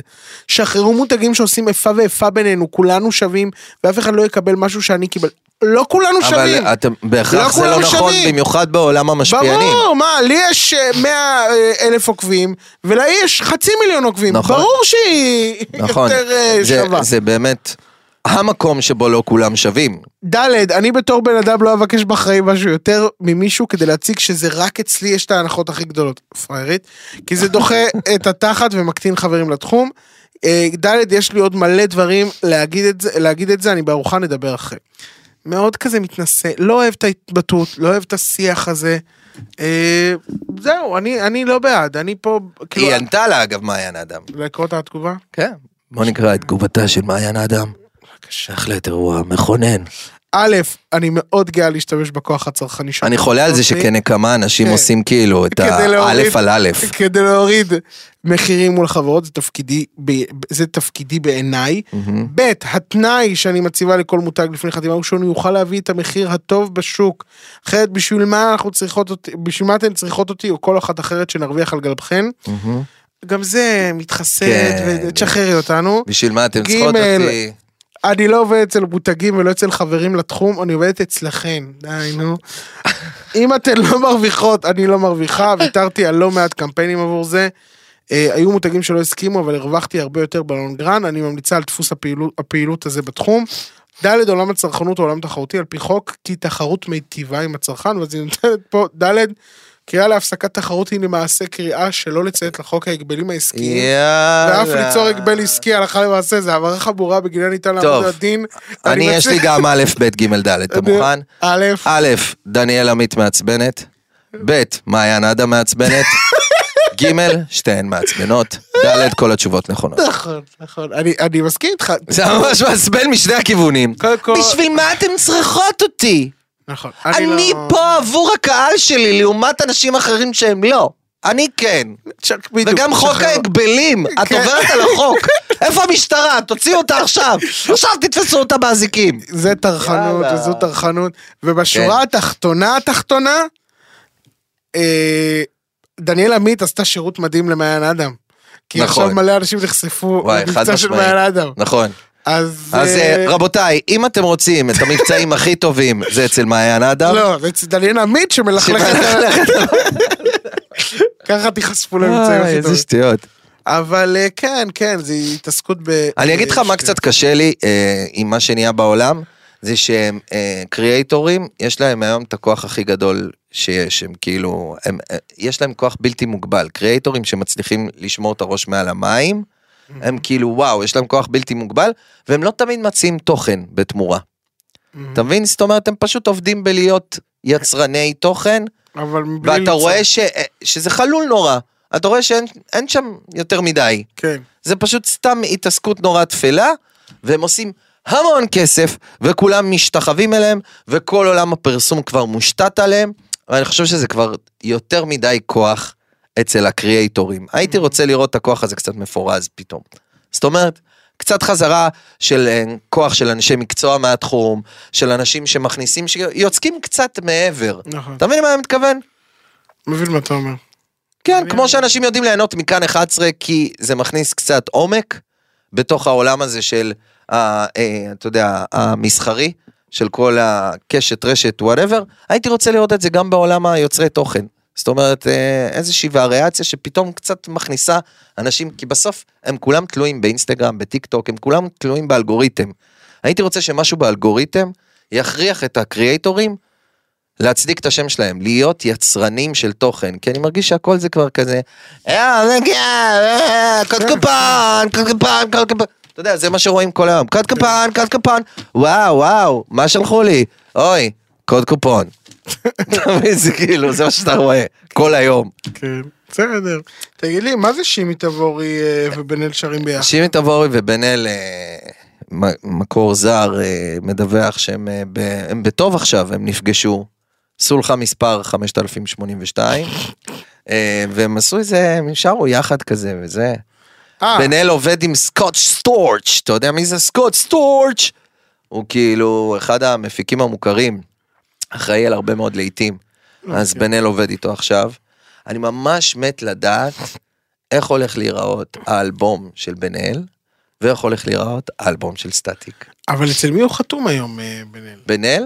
Speaker 2: שחררו מותגים שעושים איפה ואיפה בינינו, כולנו שווים, ואף אחד לא יקבל משהו שאני קיבל. לא כולנו שווים.
Speaker 3: אבל אתם, בהכרח
Speaker 2: לא
Speaker 3: זה לא
Speaker 2: כולם
Speaker 3: נכון,
Speaker 2: שווים.
Speaker 3: במיוחד בעולם המשפיענים.
Speaker 2: ברור, מה, לי יש אה, 100 אה, אלף עוקבים, ולה יש חצי מיליון עוקבים.
Speaker 3: נכון.
Speaker 2: ברור שהיא
Speaker 3: נכון.
Speaker 2: יותר אה,
Speaker 3: זה-
Speaker 2: שווה.
Speaker 3: זה באמת המקום שבו לא כולם שווים.
Speaker 2: ד', אני בתור בן אדם לא אבקש בחיים משהו יותר ממישהו כדי להציג שזה רק אצלי יש את ההנחות הכי גדולות, פריירית, כי זה דוחה את התחת ומקטין חברים לתחום. אה, ד', יש לי עוד מלא דברים להגיד את זה, להגיד את זה אני בארוחה נדבר אחרי. מאוד כזה מתנשא, לא אוהב את ההתבטאות, לא אוהב את השיח הזה. אה, זהו, אני, אני לא בעד, אני פה, כאילו,
Speaker 3: היא ענתה לה אגב מעיין האדם.
Speaker 2: לקרוא את התגובה?
Speaker 3: כן. בוא נקרא את תגובתה של מעיין האדם. בהחלט אירוע מכונן.
Speaker 2: א', אני מאוד גאה להשתמש בכוח הצרכני שלך. אוקיי?
Speaker 3: אני חולה על זה שכנקמה אנשים
Speaker 2: כן.
Speaker 3: עושים כאילו את האלף על אלף.
Speaker 2: כדי להוריד מחירים מול חברות, זה תפקידי, ב- זה תפקידי בעיניי. ב', התנאי שאני מציבה לכל מותג לפני חתימה הוא שהוא יוכל להביא את המחיר הטוב בשוק. אחרת בשביל מה אנחנו צריכות אותי, בשביל מה אתן צריכות אותי או כל אחת אחרת שנרוויח על גלבכן? גם זה מתחסד
Speaker 3: כן.
Speaker 2: ותשחררי אותנו.
Speaker 3: בשביל מה אתם צריכות
Speaker 2: ג',
Speaker 3: אותי?
Speaker 2: אני לא עובד אצל מותגים ולא אצל חברים לתחום, אני עובדת אצלכם, די נו. אם אתן לא מרוויחות, אני לא מרוויחה, ויתרתי על לא מעט קמפיינים עבור זה. אה, היו מותגים שלא הסכימו, אבל הרווחתי הרבה יותר בלונגרן, אני ממליצה על דפוס הפעילות, הפעילות הזה בתחום. ד' עולם הצרכנות הוא עולם תחרותי על פי חוק, כי תחרות מיטיבה עם הצרכן, ואז היא נותנת פה, ד' קריאה להפסקת תחרות היא למעשה קריאה שלא לציית לחוק ההגבלים העסקיים.
Speaker 3: יאללה.
Speaker 2: ואף ליצור הגבל עסקי הלכה למעשה, זה עבירה חמורה בגינה ניתן לעמוד
Speaker 3: אה. טוב.
Speaker 2: לדין.
Speaker 3: אני יש לי גם א', ב', ג', ד', אתה מוכן? אה.
Speaker 2: א',
Speaker 3: א', דניאל עמית מעצבנת, ב', מעיין עדה מעצבנת, ג', שתיהן מעצבנות, ד', כל התשובות נכונות.
Speaker 2: נכון, נכון, אני- אני מסכים איתך.
Speaker 3: זה ממש מעצבן משני הכיוונים.
Speaker 2: קודם כל-
Speaker 3: בשביל מה אתם צריכות אותי?
Speaker 2: נכון.
Speaker 3: אני
Speaker 2: לא-
Speaker 3: פה עבור הקהל שלי לעומת אנשים אחרים שהם לא. אני כן.
Speaker 2: צ'ק, בדיוק,
Speaker 3: וגם חוק
Speaker 2: שחרר.
Speaker 3: ההגבלים, את
Speaker 2: כן.
Speaker 3: עוברת על החוק. איפה המשטרה? תוציאו אותה עכשיו. עכשיו תתפסו אותה באזיקים.
Speaker 2: זה טרחנות,
Speaker 3: יאללה. כן.
Speaker 2: וזו טרחנות. ובשורה התחתונה התחתונה, אה, דניאל עמית עשתה שירות מדהים למעיין אדם. כי
Speaker 3: נכון.
Speaker 2: עכשיו מלא אנשים נחשפו
Speaker 3: וואי, חד
Speaker 2: למבצע של
Speaker 3: משמעית.
Speaker 2: מעיין אדם.
Speaker 3: נכון.
Speaker 2: אז...
Speaker 3: אז
Speaker 2: אה,
Speaker 3: אה, רבותיי, אם אתם רוצים את המבצעים הכי טובים, זה אצל מעיין אדם.
Speaker 2: לא, זה אצל דניאל עמית שמלכלכת. ככה תיחשפו לממצאים הכי טובים.
Speaker 3: איזה שטויות.
Speaker 2: אבל אה, כן, כן, זה התעסקות ב...
Speaker 3: אני אגיד לך
Speaker 2: אה,
Speaker 3: מה
Speaker 2: ש-
Speaker 3: קצת קשה לי אה, עם מה שנהיה בעולם, זה שהם אה, קריאייטורים, יש להם היום את הכוח הכי גדול שיש, הם כאילו, הם, אה, יש להם כוח בלתי מוגבל, קריאייטורים שמצליחים לשמור את הראש מעל המים, הם כאילו וואו, יש להם כוח בלתי מוגבל, והם לא תמיד מציעים תוכן בתמורה.
Speaker 2: Mm-hmm.
Speaker 3: אתה מבין? זאת אומרת, הם פשוט עובדים בלהיות יצרני תוכן,
Speaker 2: אבל מבלי...
Speaker 3: ואתה
Speaker 2: ליצור.
Speaker 3: רואה ש, אה, שזה חלול נורא, אתה רואה שאין אין שם יותר מדי.
Speaker 2: כן.
Speaker 3: זה פשוט סתם התעסקות נורא טפלה, והם עושים המון כסף, וכולם משתחווים אליהם, וכל עולם הפרסום כבר מושתת עליהם, ואני חושב שזה כבר יותר מדי כוח אצל הקריאייטורים. הייתי רוצה לראות את הכוח הזה קצת מפורז פתאום. זאת אומרת, קצת חזרה של אה, כוח של אנשי מקצוע מהתחום, של אנשים שמכניסים, שיוצקים קצת מעבר.
Speaker 2: נכון.
Speaker 3: אתה מבין למה אני מתכוון?
Speaker 2: מבין מה אתה אומר.
Speaker 3: כן, כמו שאנשים יודעים ליהנות מכאן 11, כי זה מכניס קצת עומק בתוך העולם הזה של, ה- אה, אתה יודע, המסחרי, של כל הקשת, רשת, וואטאבר. הייתי רוצה לראות את זה גם בעולם היוצרי תוכן. זאת אומרת, אה, איזושהי וריאציה שפתאום קצת מכניסה אנשים, כי בסוף הם כולם תלויים באינסטגרם, בטיק טוק, הם כולם תלויים באלגוריתם. הייתי רוצה שמשהו באלגוריתם יכריח את הקריאייטורים להצדיק את השם שלהם, להיות יצרנים של תוכן, כי אני מרגיש שהכל זה כבר כזה, אה, זה כן, אה, קוד קופן, קוד קופן, קוד קופן, אתה יודע, זה מה שרואים כל היום, קוד קופן, קוד קופן, וואו, וואו, מה שלחו לי? אוי, קוד קופון. אתה מבין, זה כאילו, זה מה שאתה רואה, כל היום.
Speaker 2: כן. בסדר. תגיד לי, מה זה שימי תבורי אה, ובן אל שרים ביחד?
Speaker 3: שימי תבורי ובן אל, אה, מ- מקור זר, אה, מדווח שהם אה, ב- הם בטוב עכשיו, הם נפגשו. סולחה מספר 5082, אה, והם עשו איזה, הם שרו יחד כזה וזה.
Speaker 2: אה,
Speaker 3: בן אל עובד עם סקוט סטורץ', אתה יודע מי זה סקוט סטורץ'? הוא כאילו אחד המפיקים המוכרים, אחראי על הרבה מאוד להיטים.
Speaker 2: אוקיי.
Speaker 3: אז בן אל עובד איתו עכשיו. אני ממש מת לדעת איך הולך להיראות האלבום של בן אל, ואיך הולך להיראות האלבום של סטטיק.
Speaker 2: אבל אצל מי הוא חתום היום, אה, בן אל?
Speaker 3: בן אל?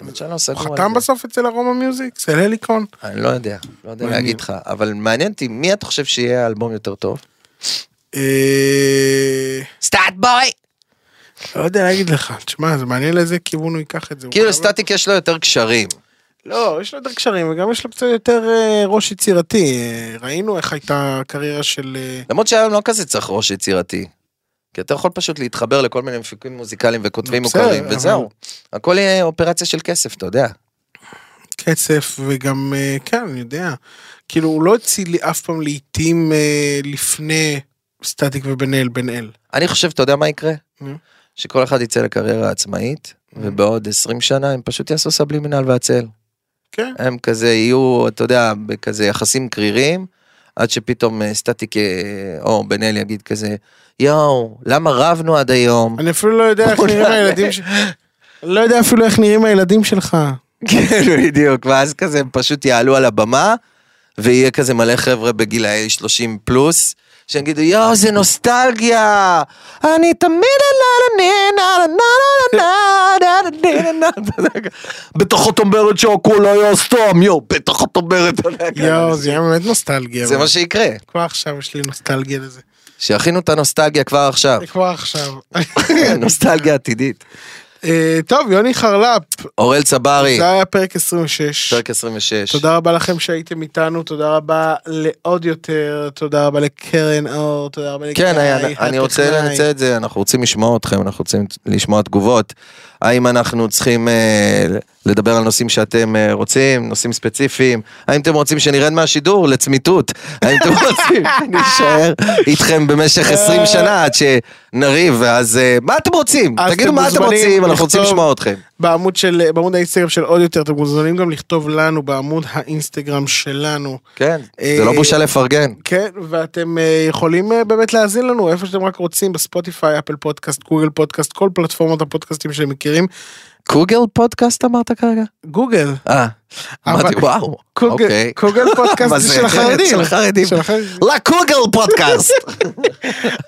Speaker 3: האמת שאני לא סגור
Speaker 2: הוא
Speaker 3: על
Speaker 2: חתם
Speaker 3: זה.
Speaker 2: בסוף אצל ארומה מיוזיק? אצל הליקון?
Speaker 3: אני לא יודע, לא יודע
Speaker 2: מעניין.
Speaker 3: להגיד לך, אבל מעניין אותי, מי אתה חושב שיהיה האלבום יותר טוב?
Speaker 2: אה,
Speaker 3: סטאט בוי!
Speaker 2: לא יודע להגיד לך. תשמע, זה מעניין לאיזה כיוון הוא ייקח את זה. הוא
Speaker 3: כאילו
Speaker 2: חייב-
Speaker 3: סטטיק יש לו יותר קשרים.
Speaker 2: לא, יש לו יותר קשרים, וגם יש לו קצת יותר אה, ראש יצירתי. אה, ראינו איך הייתה הקריירה של... אה,
Speaker 3: למרות שהיום לא כזה צריך ראש יצירתי. כי אתה יכול פשוט להתחבר לכל מיני מפיקים מוזיקליים וכותבים
Speaker 2: בסדר,
Speaker 3: מוכרים
Speaker 2: אבל-
Speaker 3: וזהו. הכל יהיה אופרציה של כסף, אתה יודע.
Speaker 2: כסף וגם אה, כן אני יודע כאילו הוא לא הוציא לי אף פעם לעיתים אה, לפני סטטיק ובן אל בן אל.
Speaker 3: אני חושב, אתה יודע מה יקרה?
Speaker 2: נו.
Speaker 3: שכל אחד יצא לקריירה עצמאית, ובעוד 20 שנה הם פשוט יעשו סבלימינל והצל.
Speaker 2: כן.
Speaker 3: הם כזה יהיו, אתה יודע, בכזה יחסים קרירים, עד שפתאום אה, סטטיק אה, או בן אל יגיד כזה, יואו, למה רבנו עד היום?
Speaker 2: אני אפילו לא יודע איך
Speaker 3: בוא
Speaker 2: נראים
Speaker 3: נעלה.
Speaker 2: הילדים שלך. לא יודע אפילו איך נראים הילדים שלך.
Speaker 3: כן, בדיוק, ואז כזה הם פשוט יעלו על הבמה, ויהיה כזה מלא חבר'ה בגילאי 30 פלוס, שיגידו, יואו, זה נוסטלגיה! אני תמיד... נה, נה, נה, נה, נה, נה, נה, נה, נה, נה, נה." בטח את אומרת שהכול היה סתם, יואו, בטח את אומרת... אתה יודע, כזה.
Speaker 2: יואו, זה היה באמת נוסטלגיה.
Speaker 3: כן, זה מה שיקרה,
Speaker 2: כבר עכשיו יש לי נוסטלגיה לזה.
Speaker 3: שיכינו את הנוסטלגיה כבר עכשיו,
Speaker 2: כבר עכשיו. כן.
Speaker 3: נוסטלגיה עתידית.
Speaker 2: אה, טוב, יוני חרלפ,
Speaker 3: אורל צברי,
Speaker 2: זה היה פרק 26.
Speaker 3: פרק 26.
Speaker 2: תודה רבה לכם שהייתם איתנו, תודה רבה לעוד יותר, תודה רבה לקרן אור, תודה רבה לגיא,
Speaker 3: כן, היה- אני רוצה
Speaker 2: הטכנאי.
Speaker 3: לנצל את זה, אנחנו רוצים לשמוע אתכם, אנחנו רוצים לשמוע תגובות. האם אנחנו צריכים אה, לדבר על נושאים שאתם אה, רוצים, נושאים ספציפיים? האם אתם רוצים שנרד מהשידור לצמיתות? האם אתם רוצים שנשאר איתכם
Speaker 2: אה.
Speaker 3: במשך 20 שנה עד שנריב, ואז אה, מה אתם רוצים?
Speaker 2: אז
Speaker 3: תגידו
Speaker 2: אתם
Speaker 3: מה אתם
Speaker 2: מוזמנים
Speaker 3: רוצים, אנחנו רוצים
Speaker 2: לכתוב-
Speaker 3: לשמוע אתכם.
Speaker 2: בעמוד של, בעמוד האינסטגרם של עוד יותר, אתם מוזמנים גם לכתוב לנו בעמוד האינסטגרם שלנו.
Speaker 3: כן,
Speaker 2: אה,
Speaker 3: זה לא בושה לפרגן.
Speaker 2: כן, ואתם אה, יכולים אה, באמת להאזין לנו איפה שאתם רק רוצים, בספוטיפיי, אפל פודקאסט, גוגל פודקאסט, כל פלטפורמות הפודקאסטים שאתם מכירים.
Speaker 3: קוגל פודקאסט אמרת כרגע?
Speaker 2: גוגל,
Speaker 3: אה,
Speaker 2: אבל-
Speaker 3: אמרתי וואו,
Speaker 2: קוגל,
Speaker 3: אוקיי.
Speaker 2: קוגל פודקאסט
Speaker 3: מה
Speaker 2: זה
Speaker 3: זה?
Speaker 2: של החרדים.
Speaker 3: של החרדים.
Speaker 2: של החרדים.
Speaker 3: לקוגל פודקאסט.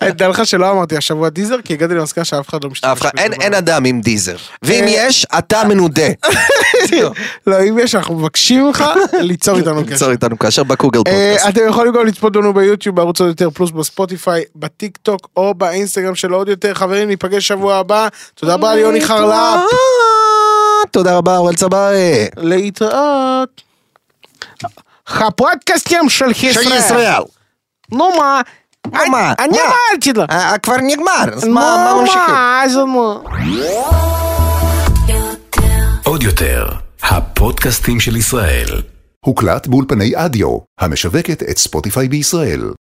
Speaker 2: אה, דע לך שלא אמרתי השבוע דיזר, כי הגעתי למסקנה שאף אחד לא משתמש
Speaker 3: אף אחד- אין-
Speaker 2: בדבר
Speaker 3: אין
Speaker 2: הזה.
Speaker 3: אדם עם דיזר, ואם
Speaker 2: אה,
Speaker 3: יש, אתה מנודה.
Speaker 2: לא, אם יש, אנחנו מבקשים ממך ליצור איתנו קשר.
Speaker 3: ליצור איתנו קשר בקוגל
Speaker 2: אה,
Speaker 3: פודקאסט.
Speaker 2: אתם יכולים גם לצפות לנו ביוטיוב, בערוץ עוד יותר פלוס, בספוטיפיי, בטיק טוק או באינסטגרם של עוד יותר. חברים, ניפגש שבוע הבא. תודה רבה ליוני חרלפ.
Speaker 3: אה, תודה רבה אורל צברי.
Speaker 2: להתראות. הפודקאסטים של ישראל. נו מה?
Speaker 3: נו מה?
Speaker 2: אני
Speaker 3: מה?
Speaker 2: אמרתי לה.
Speaker 3: אה, כבר נגמר, אז
Speaker 2: נו
Speaker 3: מה מה ממשיכים?
Speaker 2: מה? אז נו.
Speaker 5: עוד יותר, הפודקאסטים של ישראל.
Speaker 6: הוקלט באולפני אדיו, המשווקת את ספוטיפיי בישראל.